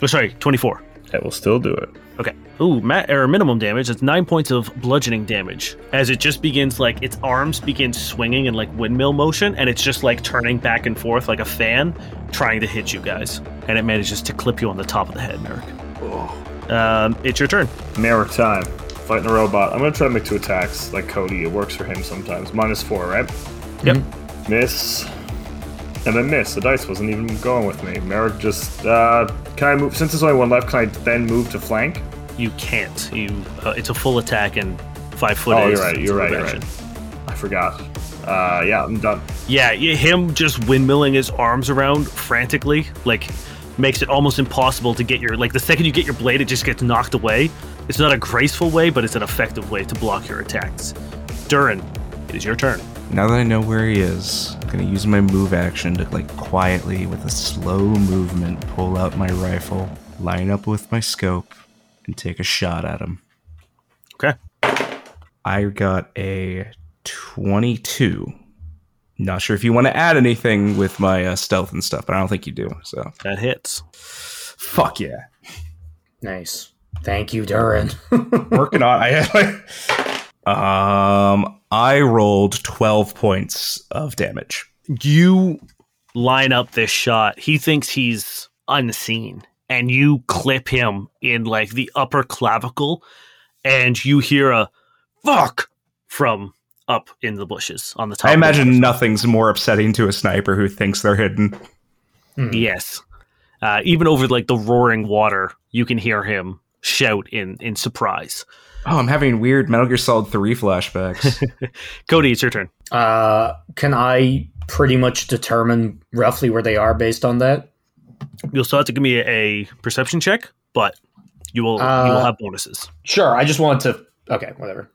Speaker 2: Oh, sorry, 24.
Speaker 4: That will still do it.
Speaker 2: Okay. Ooh, mat or minimum damage. That's nine points of bludgeoning damage as it just begins like its arms begin swinging in like windmill motion, and it's just like turning back and forth like a fan, trying to hit you guys, and it manages to clip you on the top of the head, Merrick. Um, it's your turn.
Speaker 4: Merrick time. Fighting a robot. I'm gonna try to make two attacks like Cody. It works for him sometimes. Minus four, right?
Speaker 2: Yep.
Speaker 4: Miss. And I miss. The dice wasn't even going with me. Merrick just uh can I move since there's only one left, can I then move to flank?
Speaker 2: You can't. You. Uh, it's a full attack and five foot.
Speaker 4: Oh,
Speaker 2: is-
Speaker 4: you're right,
Speaker 2: it's
Speaker 4: you're
Speaker 2: a
Speaker 4: right, you're
Speaker 2: reaction.
Speaker 4: I forgot. Uh yeah, I'm done.
Speaker 2: Yeah, y- him just windmilling his arms around frantically, like, makes it almost impossible to get your like the second you get your blade, it just gets knocked away. It's not a graceful way, but it's an effective way to block your attacks. Durin, it is your turn.
Speaker 3: Now that I know where he is, I'm gonna use my move action to like quietly, with a slow movement, pull out my rifle, line up with my scope, and take a shot at him.
Speaker 2: Okay.
Speaker 3: I got a 22. Not sure if you want to add anything with my uh, stealth and stuff, but I don't think you do. So
Speaker 2: That hits.
Speaker 3: fuck yeah,
Speaker 5: Nice. Thank you, Durin.
Speaker 3: working on. I um, I rolled 12 points of damage.
Speaker 2: You line up this shot. He thinks he's unseen, and you clip him in like the upper clavicle, and you hear a fuck from up in the bushes on the top.
Speaker 3: I
Speaker 2: of the
Speaker 3: imagine nothing's more upsetting to a sniper who thinks they're hidden.
Speaker 2: Yes. Uh, even over like the roaring water, you can hear him shout in in surprise.
Speaker 3: Oh, I'm having weird Metal Gear Solid 3 flashbacks.
Speaker 2: Cody, it's your turn.
Speaker 5: Uh, can I pretty much determine roughly where they are based on that?
Speaker 2: You'll still have to give me a, a perception check, but you will you will
Speaker 5: Uh,
Speaker 2: have bonuses.
Speaker 5: Sure. I just want to. Okay, whatever.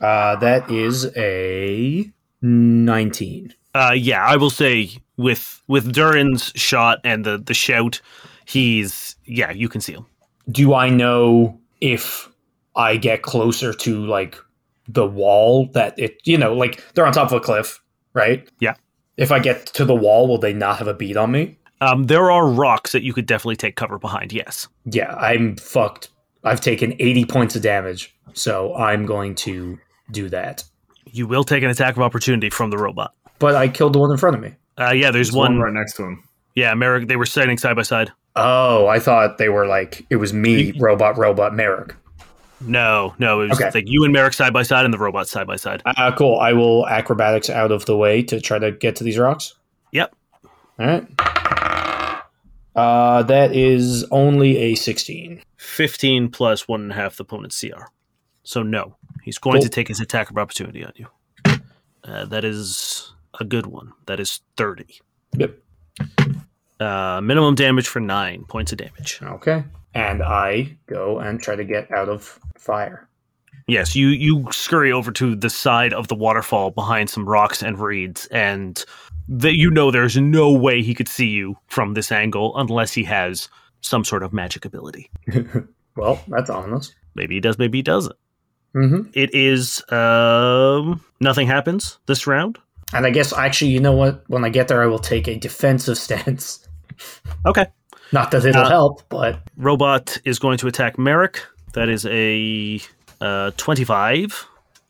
Speaker 5: Uh, that is a nineteen.
Speaker 2: Uh, yeah, I will say with with Durin's shot and the the shout, he's yeah, you can see him.
Speaker 5: Do I know if I get closer to like the wall that it? You know, like they're on top of a cliff, right?
Speaker 2: Yeah.
Speaker 5: If I get to the wall, will they not have a beat on me?
Speaker 2: Um, there are rocks that you could definitely take cover behind. Yes.
Speaker 5: yeah, I'm fucked. I've taken 80 points of damage, so I'm going to do that.
Speaker 2: You will take an attack of opportunity from the robot.
Speaker 5: But I killed the one in front of me.
Speaker 2: Uh, yeah, there's
Speaker 4: There's one,
Speaker 2: one.
Speaker 4: right next to him.
Speaker 2: Yeah, Merrick, they were standing side by side.
Speaker 5: Oh, I thought they were like it was me, robot, robot, Merrick.
Speaker 2: No, no. It was
Speaker 7: Okay.
Speaker 2: like you and Merrick side by side and the robot side by side.
Speaker 7: Uh, cool. I will acrobatics out of the way to try to get to these rocks.
Speaker 2: Yep.
Speaker 7: All right. Uh, that is only a 16.
Speaker 2: 15 plus one and a half the opponent's CR. So, no. He's going
Speaker 7: Cool.
Speaker 2: to take his attack of opportunity on you. Uh, that is a good one. That is 30.
Speaker 7: Yep.
Speaker 2: Uh, minimum damage for nine points of damage.
Speaker 7: Okay. And I go and try to get out of fire.
Speaker 2: Yes, you you scurry over to the side of the waterfall behind some rocks and reeds, and that you know there's no way he could see you from this angle unless he has some sort of magic ability.
Speaker 7: Well, that's ominous.
Speaker 2: Maybe he does, maybe he doesn't.
Speaker 7: Mm-hmm.
Speaker 2: It is um nothing happens this round.
Speaker 7: And I guess actually, you know what? When I get there, I will take a defensive stance.
Speaker 2: Okay.
Speaker 7: Not that it'll
Speaker 2: Uh,
Speaker 7: help, but
Speaker 2: Robot is going to attack Merrick. That is a uh, 25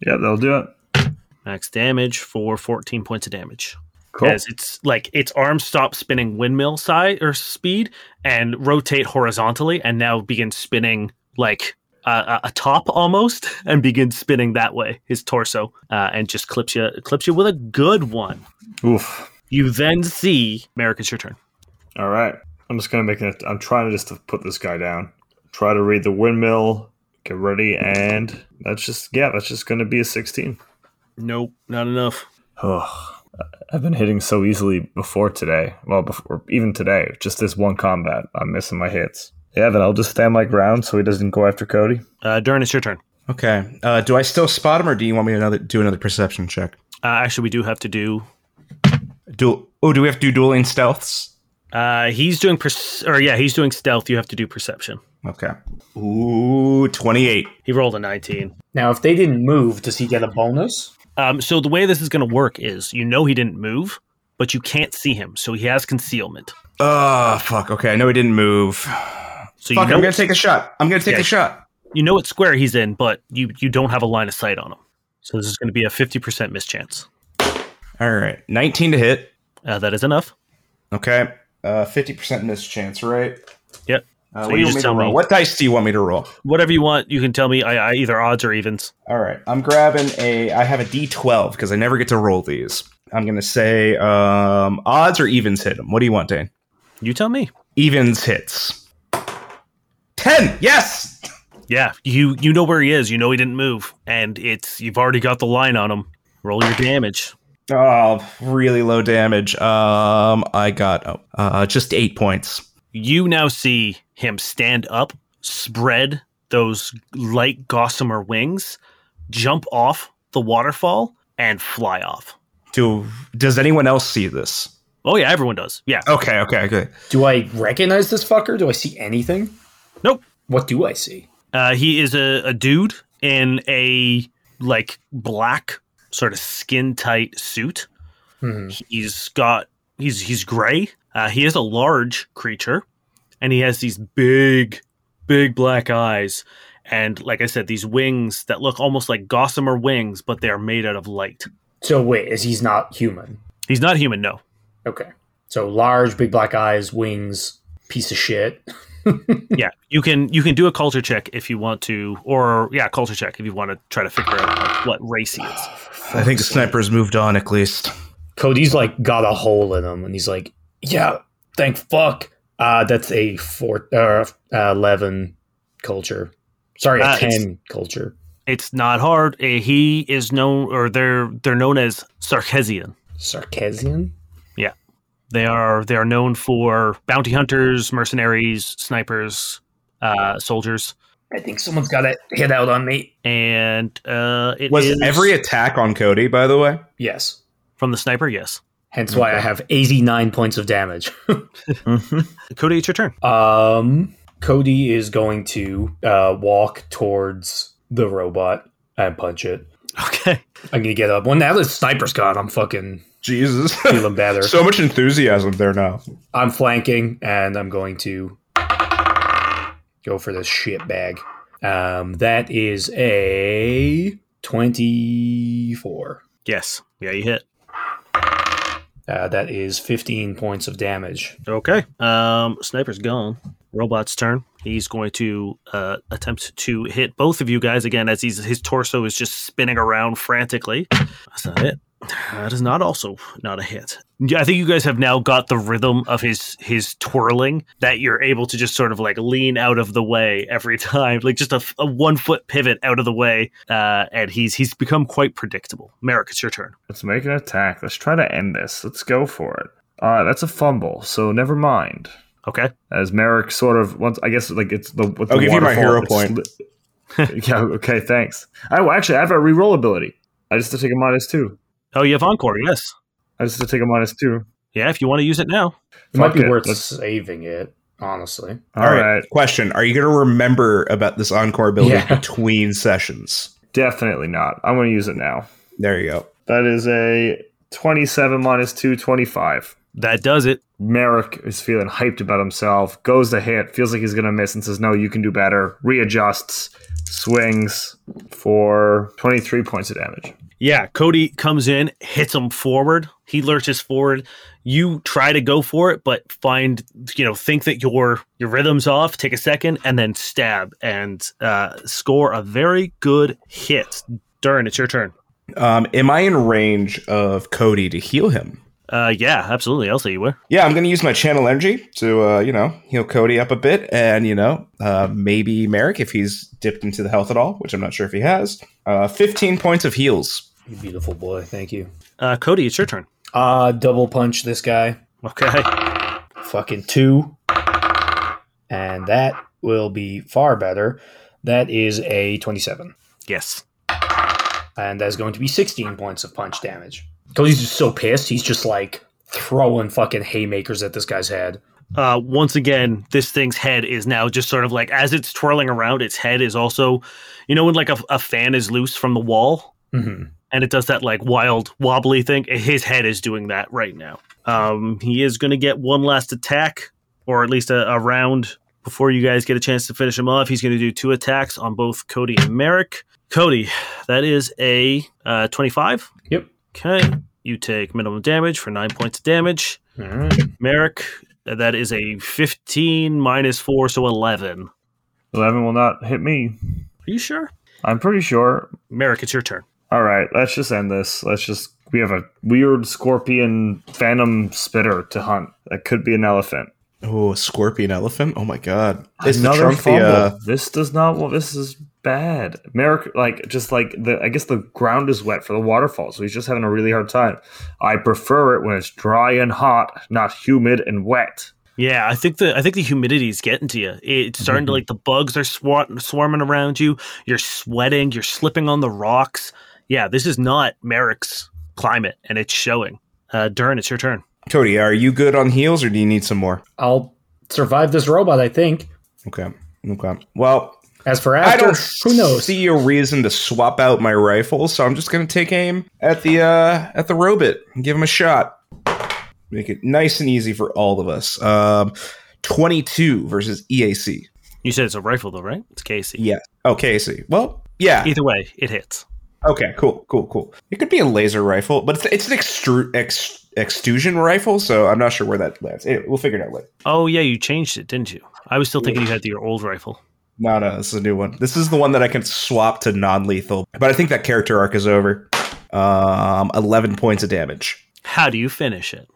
Speaker 4: Yeah, that'll do it.
Speaker 2: max damage for 14 points of damage.
Speaker 4: Cool.
Speaker 2: As it's like its arms stop spinning windmill side or speed and rotate horizontally and now begin spinning like uh, a top almost and begin spinning that way his torso uh, and just clips you clips you with a good one.
Speaker 4: Oof.
Speaker 2: You then see Merrick, it's your turn.
Speaker 4: All right. I'm just gonna make it. I'm trying to just to put this guy down. Try to read the windmill. Get ready, and that's just yeah. That's just gonna be a 16.
Speaker 2: Nope, not enough.
Speaker 4: Oh, I've been hitting so easily before today. Well, before even today, just this one combat, I'm missing my hits. Yeah, then I'll just stand my ground so he doesn't go after Cody.
Speaker 2: Uh, Dern, it's your turn.
Speaker 3: Okay. Uh, do I still spot him, or do you want me to another, do another perception check?
Speaker 2: Uh, actually, we do have to do.
Speaker 3: Do oh, do we have to do dueling stealths?
Speaker 2: Uh, he's doing perce- or yeah, he's doing stealth. You have to do perception.
Speaker 3: Okay. Ooh, 28.
Speaker 2: He rolled a nineteen.
Speaker 7: now if they didn't move, does he get a bonus?
Speaker 2: Um, so the way this is going to work is you know he didn't move, but you can't see him, so he has concealment.
Speaker 3: Oh, fuck. Okay, I know he didn't move. Fuck,
Speaker 2: So you know,
Speaker 3: I'm going to take a shot. I'm going to take
Speaker 2: Yeah.
Speaker 3: a shot.
Speaker 2: you know what square he's in, but you you don't have a line of sight on him. So this is going to be a fifty percent mischance.
Speaker 3: All right. 19 to hit.
Speaker 2: Uh, that is enough.
Speaker 3: Okay. Uh, 50% mischance, right?
Speaker 2: Yep.
Speaker 3: Uh,
Speaker 2: So
Speaker 3: what, do
Speaker 2: you
Speaker 3: you
Speaker 2: just
Speaker 3: want me to
Speaker 2: tell me.
Speaker 3: roll? what dice do you want me to roll?
Speaker 2: Whatever you want, you can tell me. I, I either odds or evens.
Speaker 3: All right. I'm grabbing a. I have a D12 because I never get to roll these. I'm going to say um, odds or evens hit him. What do you want, Dane?
Speaker 2: You tell me.
Speaker 3: Evens hits. 10. Yes.
Speaker 2: Yeah, you you know where he is. You know he didn't move, and it's you've already got the line on him. Roll your damage.
Speaker 3: Oh, really low damage. Um, I got oh, uh, just eight points.
Speaker 2: you now see him stand up, spread those light gossamer wings, jump off the waterfall, and fly off.
Speaker 3: Do does anyone else see this?
Speaker 2: Oh yeah, everyone does. Yeah.
Speaker 3: Okay, okay, okay.
Speaker 7: Do I recognize this fucker? Do I see anything?
Speaker 2: Nope.
Speaker 7: What do I see?
Speaker 2: Uh, he is a, a dude in a like black sort of skin tight suit.
Speaker 7: Hmm.
Speaker 2: He's got he's he's gray. Uh, he is a large creature, and he has these big, big black eyes, and like I said, these wings that look almost like gossamer wings, but they are made out of light.
Speaker 7: So wait, is he's not human?
Speaker 2: He's not human, no.
Speaker 7: Okay. So large, big black eyes, wings, piece of shit.
Speaker 2: yeah, you can you can do a culture check if you want to, or yeah, culture check if you want to try to figure out like, what race he is.
Speaker 3: I think the sniper's moved on at least.
Speaker 7: Cody's like got a hole in him, and he's like, "Yeah, thank fuck." Uh, that's a four, uh, eleven culture. Sorry, a
Speaker 2: Uh, it's-
Speaker 7: ten culture.
Speaker 2: It's not hard. Uh, He is known, or they're they're known as Sarkesian.
Speaker 7: Sarkesian.
Speaker 2: They are they are known for bounty hunters, mercenaries, snipers, uh, soldiers,
Speaker 7: I think someone's got a hit out on me.
Speaker 2: and uh, it
Speaker 3: Was
Speaker 2: is-
Speaker 3: every attack on Cody, by the way?
Speaker 7: Yes.
Speaker 2: from the sniper? Yes,
Speaker 7: Hence why I have eighty-nine points of damage.
Speaker 2: Cody, it's your turn.
Speaker 7: Um, Cody is going to uh, walk towards the robot and punch it.
Speaker 2: Okay,
Speaker 7: I'm gonna get up. Well, now the sniper's gone. I'm fucking
Speaker 3: Jesus.
Speaker 7: feeling better.
Speaker 3: so much enthusiasm there now.
Speaker 7: I'm flanking, and I'm going to go for this shit bag. Um, that is a twenty-four.
Speaker 2: yes, yeah, you hit.
Speaker 5: Uh, that is 15 points of damage.
Speaker 2: Okay. Um, sniper's gone. Robot's turn. He's going to uh, attempt to hit both of you guys again as he's, his torso is just spinning around frantically. That's not it. That is not also not a hit. Yeah, I think you guys have now got the rhythm of his his twirling that you're able to just sort of like lean out of the way every time, like just a, f- a one foot pivot out of the way. Uh, and he's he's become quite predictable. Merrick, it's your turn.
Speaker 4: Let's make an attack. Let's try to end this. Let's go for it. Uh, that's a fumble, so never mind.
Speaker 2: Okay.
Speaker 4: As Merrick sort of once, I guess like it's the. With the
Speaker 3: I'll give you my
Speaker 4: waterfall,
Speaker 3: hero
Speaker 4: it's
Speaker 3: point.
Speaker 4: li- yeah. Okay. Thanks. I well, actually I have a reroll ability. I just have to take a minus two.
Speaker 2: Oh, you have encore. Yes.
Speaker 4: I just have to take a minus two.
Speaker 2: Yeah. If you want to use it now.
Speaker 5: It might
Speaker 4: Fuck
Speaker 5: be
Speaker 4: it.
Speaker 5: worth
Speaker 4: Let's-
Speaker 5: saving it, honestly.
Speaker 4: All right.
Speaker 3: Question: Are you going to remember about this encore ability
Speaker 5: Yeah.
Speaker 3: between sessions?
Speaker 4: Definitely not. I'm going to use it now.
Speaker 3: There you go.
Speaker 4: That is a 27 minus 2, 25.
Speaker 2: That does it.
Speaker 4: Merrick is feeling hyped about himself, goes to hit, feels like he's going to miss, and says, No, you can do better. Readjusts, swings for 23 points of damage.
Speaker 2: Yeah, Cody comes in, hits him forward. He lurches forward. You try to go for it, but find you know think that your your rhythm's off. Take a second and then stab and uh, score a very good hit. Dern, it's your turn.
Speaker 3: Um, am I in range of Cody to heal him?
Speaker 2: Uh, yeah, absolutely. I'll say you were.
Speaker 3: Yeah, I'm going to use my channel energy to, uh, you know, heal Cody up a bit, and you know, uh, maybe Merrick if he's dipped into the health at all, which I'm not sure if he has. Uh, 15 points of heals.
Speaker 5: You beautiful boy. Thank you.
Speaker 2: Uh, Cody, it's your turn.
Speaker 5: Uh, double punch this guy.
Speaker 2: Okay.
Speaker 5: Fucking two. And that will be far better. That is a 27.
Speaker 2: Yes.
Speaker 5: and that's going to be 16 points of punch damage. Cody's just so pissed, he's just like throwing fucking haymakers at this guy's head.
Speaker 2: uh, once again, this thing's head is now just sort of like as it's twirling around, its head is also, you know, when like a, a fan is loose from the wall
Speaker 5: Mhm.
Speaker 2: and it does that like wild wobbly thing. His head is doing that right now. Um, he is going to get one last attack, or at least a, a round before you guys get a chance to finish him off. He's going to do two attacks on both Cody and Merrick. Cody, that is a uh, 25.
Speaker 5: Yep.
Speaker 2: Okay. You take minimum damage for nine points of damage.
Speaker 5: All right.
Speaker 2: Merrick, that is a 15 minus 4, so 11. Are
Speaker 4: 11 will not hit me.
Speaker 2: you sure?
Speaker 4: I'm pretty sure.
Speaker 2: Merrick, it's your turn.
Speaker 4: All right, let's just end this. Let's just. We have a weird scorpion phantom spitter to hunt. That could be an elephant.
Speaker 3: Oh, a scorpion elephant. Oh my god. Is the
Speaker 4: Another
Speaker 3: trunk the
Speaker 4: fumble.
Speaker 3: uh,
Speaker 4: this does not. Well, this is bad. Merrick, like, just like the. I guess the ground is wet for the waterfall, so he's just having a really hard time. I prefer it when it's dry and hot, not humid and wet.
Speaker 2: Yeah, I think the I think the humidity is getting to you. It's starting to like the bugs are swat- swarming around you. You're sweating. You're slipping on the rocks. Yeah, this is not Merrick's climate, and it's showing. Uh, Dern, it's your turn.
Speaker 3: Cody? Are you good on heals, or do you need some more?
Speaker 5: I'll survive this robot, I think.
Speaker 3: Okay. Okay. Well,
Speaker 5: As for
Speaker 3: I
Speaker 5: after,
Speaker 3: don't
Speaker 5: who knows?
Speaker 3: see a reason to swap out my rifle, so I'm just gonna take aim at the uh, at the robot and give him a shot. Make it nice and easy for all of us. Um, 22 versus EAC.
Speaker 2: You said it's a rifle, though, right? It's Casey.
Speaker 3: Yeah. Oh, KAC. Well, yeah.
Speaker 2: Either way, it hits.
Speaker 3: Okay. Cool. Cool. Cool. It could be a laser rifle, but it's, it's an extru- ex- extrusion rifle, so I'm not sure where that lands. Anyway, we'll figure it out later.
Speaker 2: Oh yeah, you changed it, didn't you? I was still thinking you had your old rifle.
Speaker 3: No, no, this is a new one. This is the one that I can swap to non-lethal, but I think that character arc is over. Um, 11 points of damage.
Speaker 2: How do you finish it?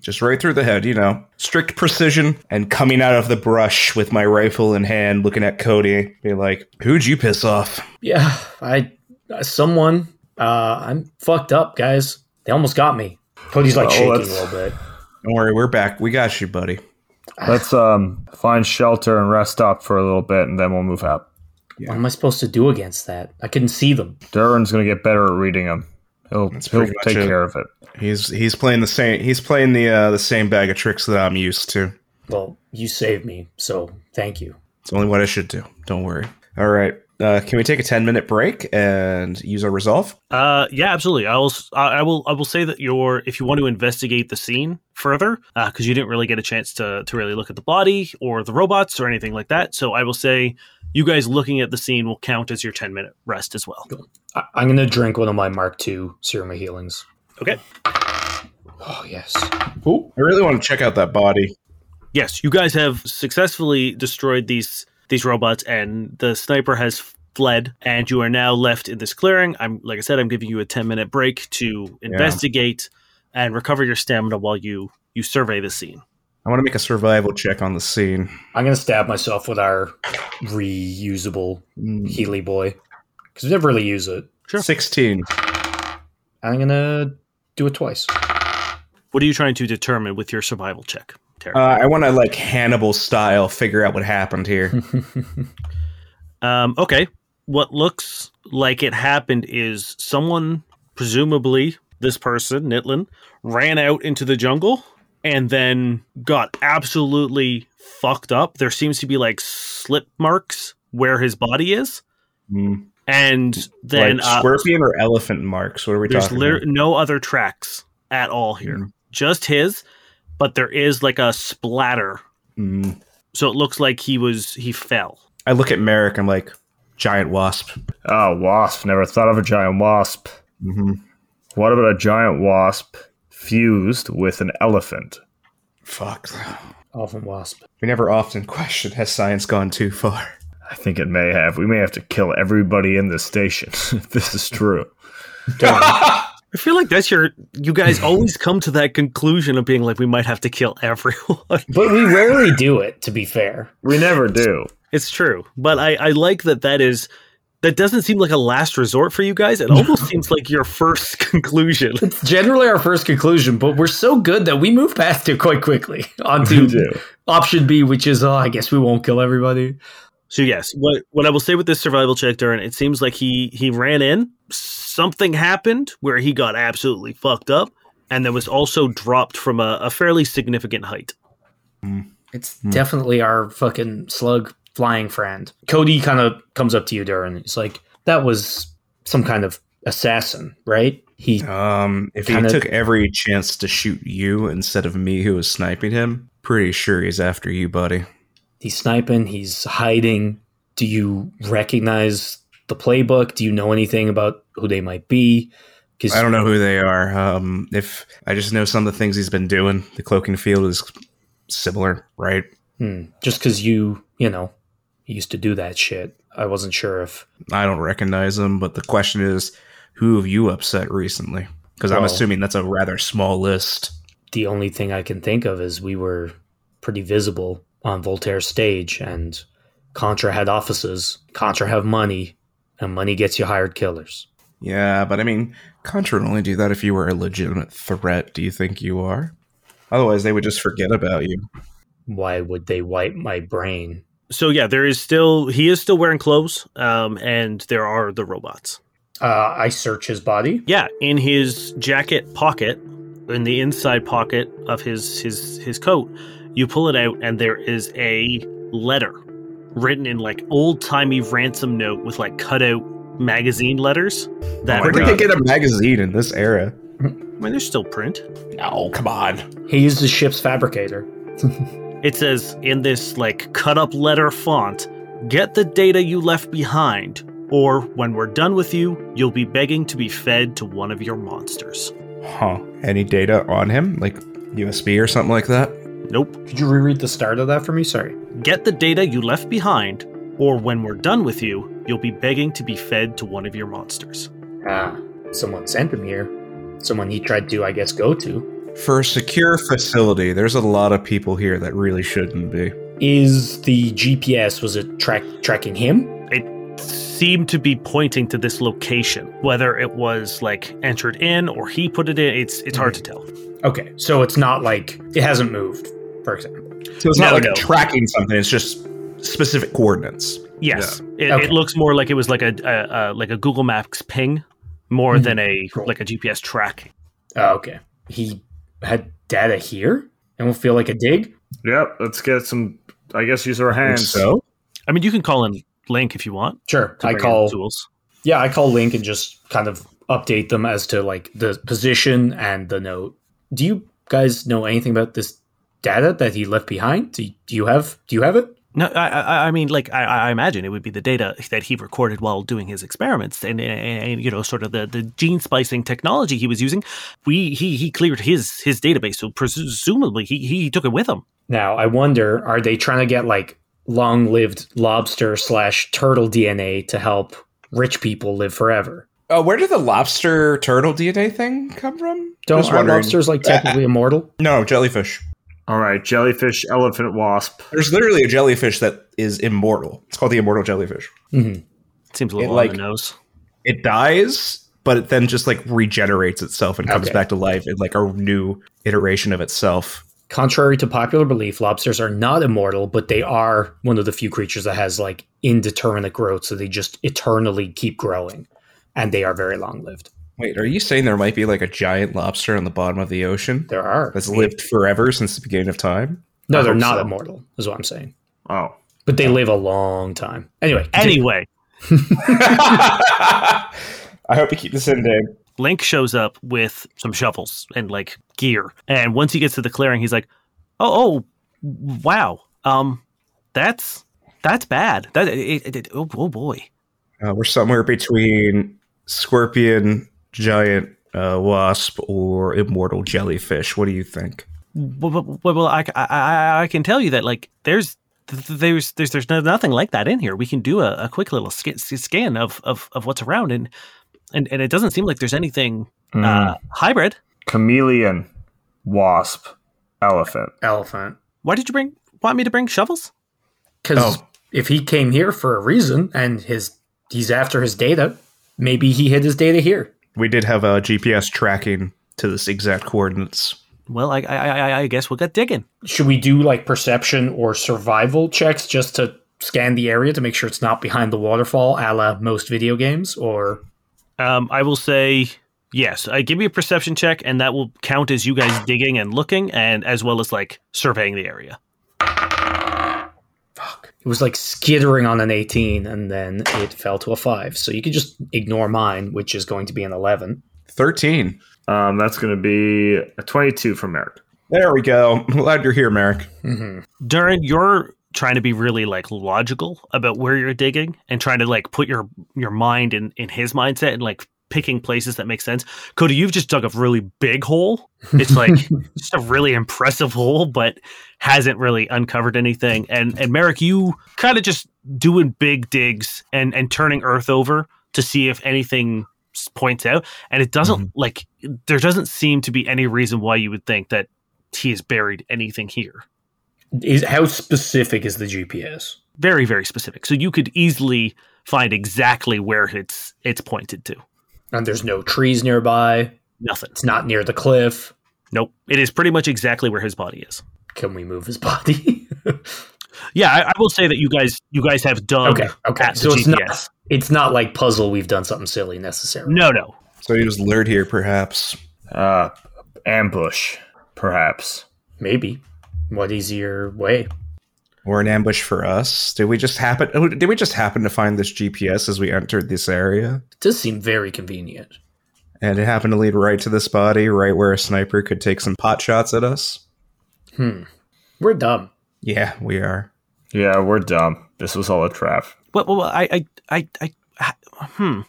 Speaker 3: just right through the head, you know. Strict precision and coming out of the brush with my rifle in hand, looking at Cody, be like, "Who'd you piss off?"
Speaker 5: yeah, I someone. Uh, I'm fucked up, guys. They almost got me. Cody's like
Speaker 7: Oh,
Speaker 4: Well,
Speaker 5: shaking
Speaker 4: let's-
Speaker 5: a little bit.
Speaker 3: Don't worry, we're back. We got you, buddy.
Speaker 4: Let's um find shelter and rest up for a little bit, and then we'll move up.
Speaker 5: What am I supposed to do against that? I couldn't see them.
Speaker 4: Durin's gonna get better at reading him. He'll he'll
Speaker 3: pretty much
Speaker 4: take
Speaker 3: it.
Speaker 4: care of it.
Speaker 3: He's he's playing the same he's playing the uh, the same bag of tricks that I'm used to.
Speaker 5: Well, you saved me, so thank you.
Speaker 3: It's only what I should do. Don't worry. All right. Uh, can we take a 10 minute break and use our resolve?
Speaker 2: Uh, yeah, absolutely. I will. s- I I will. I will say that your if you want to investigate the scene further, because you didn't really get a chance to to really look at the body or the robots or anything like that. So I will say you guys looking at the scene will count as your ten minute rest as well.
Speaker 5: I- I'm gonna drink one of my Mark II serum of healings.
Speaker 2: Okay.
Speaker 7: Oh yes. Ooh.
Speaker 3: I really want to check out that body.
Speaker 2: Yes, you guys have successfully destroyed these these robots, and the sniper has fled, and you are now left in this clearing. I'm like I said, I'm giving you a ten minute break to investigate and recover your stamina while you you survey the scene.
Speaker 3: I want to make a survival check on the scene.
Speaker 7: I'm gonna stab myself with our reusable Healy boy because we never really use it.
Speaker 2: Sure.
Speaker 3: 16.
Speaker 7: I'm gonna do it twice.
Speaker 2: What are you trying to determine with your survival check, Terry?
Speaker 3: Uh, I want to, like, Hannibal style, figure out what happened here.
Speaker 2: Um, okay. What looks like it happened is someone, presumably this person, Nitlin, ran out into the jungle and then got absolutely fucked up. There seems to be like slip marks where his body is.
Speaker 3: Mm.
Speaker 2: And then
Speaker 3: like,
Speaker 2: uh,
Speaker 3: scorpion or elephant marks? What are we
Speaker 2: there's
Speaker 3: talking
Speaker 2: liter-
Speaker 3: about? Mm-hmm.
Speaker 2: no other tracks at all here, just his, but there is like a splatter.
Speaker 3: Mm.
Speaker 2: So it looks like he was, he fell.
Speaker 3: I look at Merrick. I'm like, giant wasp.
Speaker 4: Oh, wasp. Never thought of a giant wasp.
Speaker 3: Mm-hmm.
Speaker 4: What about a giant wasp fused with an elephant?
Speaker 3: Fuck.
Speaker 7: Elephant wasp.
Speaker 3: We never often question has science gone too far?
Speaker 4: I think it may have. We may have to kill everybody in this station if this is true.
Speaker 2: I feel like that's your. You guys always come to that conclusion of being like, we might have to kill everyone.
Speaker 7: But we rarely do it. To be fair,
Speaker 4: We never do.
Speaker 2: it's true, but I, I like that. That is that doesn't seem like a last resort for you guys. It almost seems like your first conclusion.
Speaker 7: it's generally our first conclusion. But we're so good that we move past it quite quickly
Speaker 4: We
Speaker 7: onto
Speaker 4: do.
Speaker 7: option B, which is oh, I guess we won't kill everybody.
Speaker 2: So yes, what what I will say with this survival check, Darren, it seems like he he ran in. Something happened where he got absolutely fucked up, and then was also dropped from a, a fairly significant height.
Speaker 7: It's definitely our fucking slug flying friend. Cody kind of comes up to you, Darren. He's like, that was some kind of assassin, right? He
Speaker 3: Um, if he
Speaker 7: Kinda-
Speaker 3: took every chance to shoot you instead of me, who was sniping him, pretty sure he's after you, buddy.
Speaker 7: he's sniping, he's hiding. Do you recognize the playbook? Do you know anything about who they might be? Because
Speaker 3: I don't know who they are. Um, if I just know some of the things he's been doing, the cloaking field is similar, right?
Speaker 7: hmm, just because you, you know, used to do that shit. I wasn't sure if
Speaker 3: I don't recognize him, but the question is, who have you upset recently? Because I'm
Speaker 7: Well-
Speaker 3: assuming that's a rather small list.
Speaker 7: the only thing I can think of is we were pretty visible on Voltaire's stage, and Contra had offices. Contra have money, and money gets you hired killers.
Speaker 3: Yeah, but I mean, Contra would only do that if you were a legitimate threat. Do you think you are? Otherwise, they would just forget about you.
Speaker 7: Why would they wipe my brain?
Speaker 2: So yeah, there is still he is still wearing clothes, um, and there are the robots.
Speaker 7: Uh, I search his body.
Speaker 2: Yeah, in his jacket pocket, in the inside pocket of his his his coat, you pull it out and there is a letter written in like old-timey ransom note with like cutout magazine letters that
Speaker 3: Where
Speaker 2: are,
Speaker 3: did they get a magazine in this era?
Speaker 2: I mean, they're still print.
Speaker 3: No, come on.
Speaker 7: He used the ship's fabricator.
Speaker 2: It says in this like cut up letter font, get the data you left behind or when we're done with you, you'll be begging to be fed to one of your monsters.
Speaker 3: Huh. Any data on him? Like USB or something like that?
Speaker 2: Nope.
Speaker 7: Could you reread the start of that for me? Sorry.
Speaker 2: Get the data you left behind, or when we're done with you, you'll be begging to be fed to one of your monsters.
Speaker 7: Ah, someone sent him here. Someone he tried to, I guess, go to.
Speaker 3: For a secure facility, there's a lot of people here that really shouldn't be.
Speaker 7: Is the GPS was it track tracking him?
Speaker 2: Seemed to be pointing to this location, whether it was like entered in or he put it in. It's it's hard to tell.
Speaker 7: Okay, so it's not like it hasn't moved. For example.
Speaker 3: So it's
Speaker 2: No,
Speaker 3: not like
Speaker 2: no.
Speaker 3: tracking something, it's just specific coordinates.
Speaker 2: Yes, it,
Speaker 7: Okay.
Speaker 2: it looks more like it was like a, a, a like a Google Maps ping, more
Speaker 7: Mhm.
Speaker 2: than a
Speaker 7: Cool.
Speaker 2: like a GPS track.
Speaker 7: Oh, okay. He had data here and will feel like a dig?
Speaker 4: Yep. Let's get some. I guess use our
Speaker 3: And
Speaker 4: hands.
Speaker 3: so,
Speaker 2: I mean, you can call in Link if you want.
Speaker 7: Sure.
Speaker 2: to
Speaker 7: I
Speaker 2: bring in
Speaker 7: call
Speaker 2: tools.
Speaker 7: Yeah, I call Link and just kind of update them as to like the position and the note. Do you guys know anything about this data that he left behind? Do, do you have do you have it?
Speaker 2: No, I, I, I mean, like, I, I imagine it would be the data that he recorded while doing his experiments, and, and, and, you know, sort of the, the gene splicing technology he was using. We he he cleared his his database, so presumably he he took it with him.
Speaker 7: Now, I wonder, are they trying to get like long-lived lobster slash turtle DNA to help rich people live forever?
Speaker 3: Uh, where did the lobster turtle DNA thing come from?
Speaker 7: Don't
Speaker 3: Just
Speaker 7: are
Speaker 3: wondering.
Speaker 7: lobsters like technically immortal?
Speaker 3: No, jellyfish.
Speaker 4: All right, jellyfish, elephant, wasp.
Speaker 3: There's literally a jellyfish that is immortal. It's called the immortal jellyfish.
Speaker 2: Seems a little
Speaker 3: It,
Speaker 2: on
Speaker 3: like-
Speaker 2: the nose.
Speaker 3: It dies, but it then just like regenerates itself and comes
Speaker 7: Okay.
Speaker 3: back to life in like a new iteration of itself.
Speaker 7: Contrary to popular belief, lobsters are not immortal, but they are one of the few creatures that has like indeterminate growth, so they just eternally keep growing, and they are very long-lived.
Speaker 3: Wait, are you saying there might be like a giant lobster on the bottom of the ocean
Speaker 7: There are
Speaker 3: that's lived forever since the beginning of time?
Speaker 7: no,
Speaker 4: I
Speaker 7: they're
Speaker 4: hope
Speaker 7: not
Speaker 4: so.
Speaker 7: immortal, is what I'm saying.
Speaker 4: Oh,
Speaker 7: But they live a long time. Anyway, continue.
Speaker 2: Anyway,
Speaker 3: I hope you keep this in, Dave.
Speaker 2: Link shows up with some shovels and like gear, and once he gets to the clearing, he's like, "Oh, oh, wow, um, that's that's bad. That it, it, it- oh, oh boy."
Speaker 3: Uh, we're somewhere between scorpion, giant uh, wasp, or immortal jellyfish. What do you think?
Speaker 2: Well, well, well, well, I, I- I, I can tell you that like there's th- there's there's there's no, nothing like that in here. We can do a, a quick little sca- s- scan of, of of what's around, and and and it doesn't seem like there's anything
Speaker 4: Hmm.
Speaker 2: uh, hybrid.
Speaker 4: chameleon, wasp, elephant.
Speaker 7: elephant.
Speaker 2: Why did you bring want me to bring shovels?
Speaker 7: Because
Speaker 3: Oh.
Speaker 7: if he came here for a reason and his he's after his data, maybe he hid his data here.
Speaker 3: We did have uh, a GPS tracking to this exact coordinates.
Speaker 2: Well, I I, I- I, I guess we'll get digging.
Speaker 7: Should we do like perception or survival checks just to scan the area to make sure it's not behind the waterfall, a la most video games? Or
Speaker 2: Um, I will say yes. Uh, give me a perception check, and that will count as you guys digging and looking, and as well as like surveying the area.
Speaker 7: it was like skittering on an 18 and then it fell to a 5. So you could just ignore mine, which is going to be an 11.
Speaker 3: 13.
Speaker 4: Um, that's going to be a 22 for Merrick.
Speaker 3: There we go. I'm glad you're here, Merrick.
Speaker 7: Mm-hmm.
Speaker 2: Durin, you're trying to be really like logical about where you're digging and trying to like put your your mind in in his mindset and like picking places that make sense. Cody, you've just dug a really big hole. It's like just a really impressive hole, but hasn't really uncovered anything. And and Merrick, you kind of just doing big digs and and turning earth over to see if anything s- points out. And it doesn't like there doesn't seem to be any reason why you would think that he has buried anything here
Speaker 7: Is, how specific is the GPS?
Speaker 2: very very specific so you could easily find exactly where it's it's pointed to
Speaker 7: And there's no trees nearby.
Speaker 2: nothing
Speaker 7: It's not near the cliff.
Speaker 2: nope it is pretty much exactly where his body is
Speaker 7: Can we move his body?
Speaker 2: yeah i, I will say that you guys you guys have dug
Speaker 7: okay, okay.
Speaker 2: at the
Speaker 7: Uh, So it's not
Speaker 2: GPS.
Speaker 7: it's not like puzzle we've done something silly necessarily.
Speaker 2: no no
Speaker 3: So he was lured here, perhaps.
Speaker 4: Uh, ambush, perhaps.
Speaker 7: Maybe. What easier way?
Speaker 3: Or an ambush for us? Did we just happen? oh, Did we just happen to find this GPS as we entered this area,
Speaker 7: It does seem very convenient.
Speaker 3: and it happened to lead right to this body, right where a sniper could take some pot shots at us?
Speaker 7: We're dumb.
Speaker 3: Yeah, we are.
Speaker 4: Yeah, we're dumb. This was all a trap.
Speaker 2: well, well, well, I, I, I, I, hmm.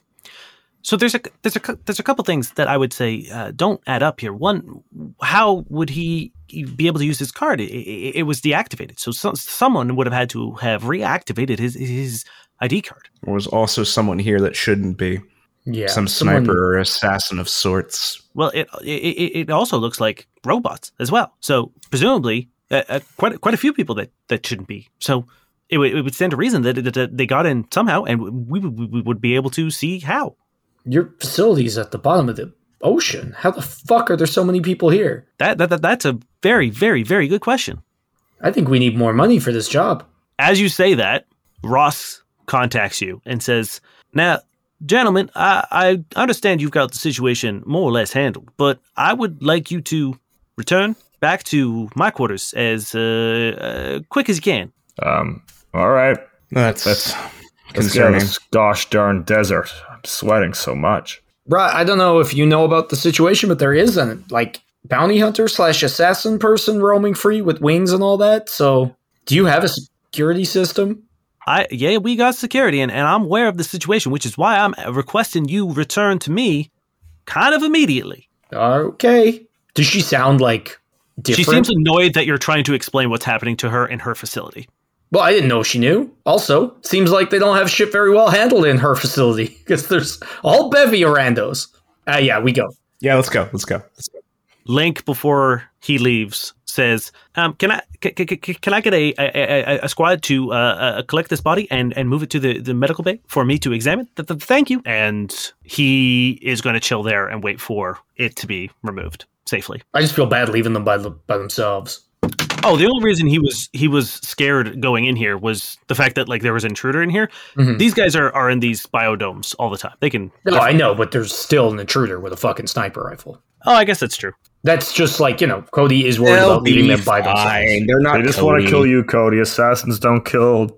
Speaker 2: So there's a there's a cou- there's a couple things that I would say uh, don't add up here. One, how would he be able to use his card? It, it, it was deactivated, so, so someone would have had to have reactivated his his ID card.
Speaker 3: There was also someone here that shouldn't be
Speaker 7: Yeah.
Speaker 3: some
Speaker 7: someone-
Speaker 3: sniper or assassin of sorts.
Speaker 2: Well, it it, it it also looks like robots as well. So presumably, uh, uh, quite quite a few people that, that shouldn't be. So it, would- it would stand to reason that, that, that they got in somehow, and we, would- we would be able to see how.
Speaker 7: your facility's at the bottom of the ocean. How the fuck are there so many people here?
Speaker 2: That, that, that that's a very very very good question.
Speaker 7: I think we need more money for this job.
Speaker 2: As you say that, Ross contacts you and says, "Now, gentlemen, I, I understand you've got the situation more or less handled, but I would like you to return back to my quarters as uh, uh, quick as you can."
Speaker 4: Um, all right.
Speaker 3: That's
Speaker 4: That's- Let's get out of
Speaker 3: concerning.
Speaker 4: this gosh darn desert. I'm sweating so much.
Speaker 7: Right, I don't know if you know about the situation, but there is an like bounty hunter slash assassin person roaming free with wings and all that. So, do you have a s- security system?
Speaker 2: I yeah, we got security, and, and I'm aware of the situation, which is why I'm requesting you return to me, kind of immediately.
Speaker 7: Okay. Does she sound like different?
Speaker 2: She seems annoyed that you're trying to explain what's happening to her in her facility.
Speaker 7: Well, I didn't know she knew. Also, seems like they don't have shit very well handled in her facility because there's a whole bevy of randos. Ah, yeah, we go.
Speaker 3: Yeah, let's go. Let's go. Let's go.
Speaker 2: Link, before he leaves, says, um, "Can I can, can, can I get a a, a, a squad to uh, uh, collect this body and, and move it to the, the medical bay for me to examine? Th- th- thank you." And he is going to chill there and wait for it to be removed safely.
Speaker 7: I just feel bad leaving them by the, by themselves.
Speaker 2: Oh, the only reason he was he was scared going in here was the fact that like there was an intruder in here. These guys are, are in these biodomes all the time. They can.
Speaker 7: No, Oh, I know, but there's still an intruder with a fucking sniper rifle.
Speaker 2: Oh, I guess that's true.
Speaker 7: That's just like you know, Cody is worried
Speaker 3: They'll
Speaker 7: about leaving
Speaker 3: be
Speaker 7: them by themselves.
Speaker 3: fine. They're not.
Speaker 4: They just want to
Speaker 3: Cody.
Speaker 4: kill you, Cody. Assassins don't kill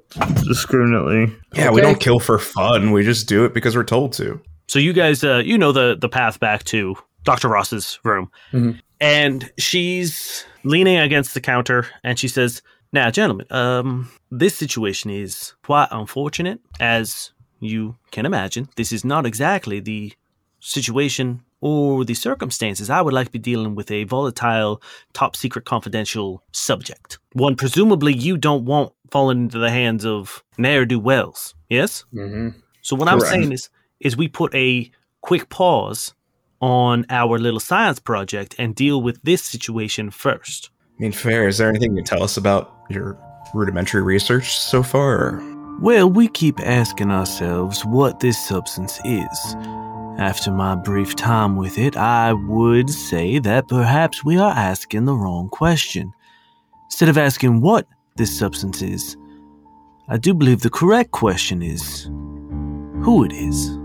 Speaker 4: discriminately.
Speaker 3: Yeah, we
Speaker 7: Okay.
Speaker 3: don't kill for fun. We just do it because we're told to.
Speaker 2: So you guys, uh, you know the the path back to Doctor Ross's room,
Speaker 7: Mhm.
Speaker 2: and she's leaning against the counter, and she says, "Now, gentlemen, um, this situation is quite unfortunate, as you can imagine. This is not exactly the situation." Or the circumstances, I would like to be dealing with a volatile, top secret confidential subject. One presumably you don't want falling into the hands of ne'er do wells, yes?
Speaker 7: hmm
Speaker 2: So what I'm
Speaker 4: Correct.
Speaker 2: saying is, is we put a quick pause on our little science project and deal with this situation first.
Speaker 3: I mean, fair. Is there anything you can tell us about your rudimentary research so far?
Speaker 2: Well, we keep asking ourselves what this substance is. After my brief time with it, I would say that perhaps we are asking the wrong question. Instead of asking what this substance is, I do believe the correct question is who it is.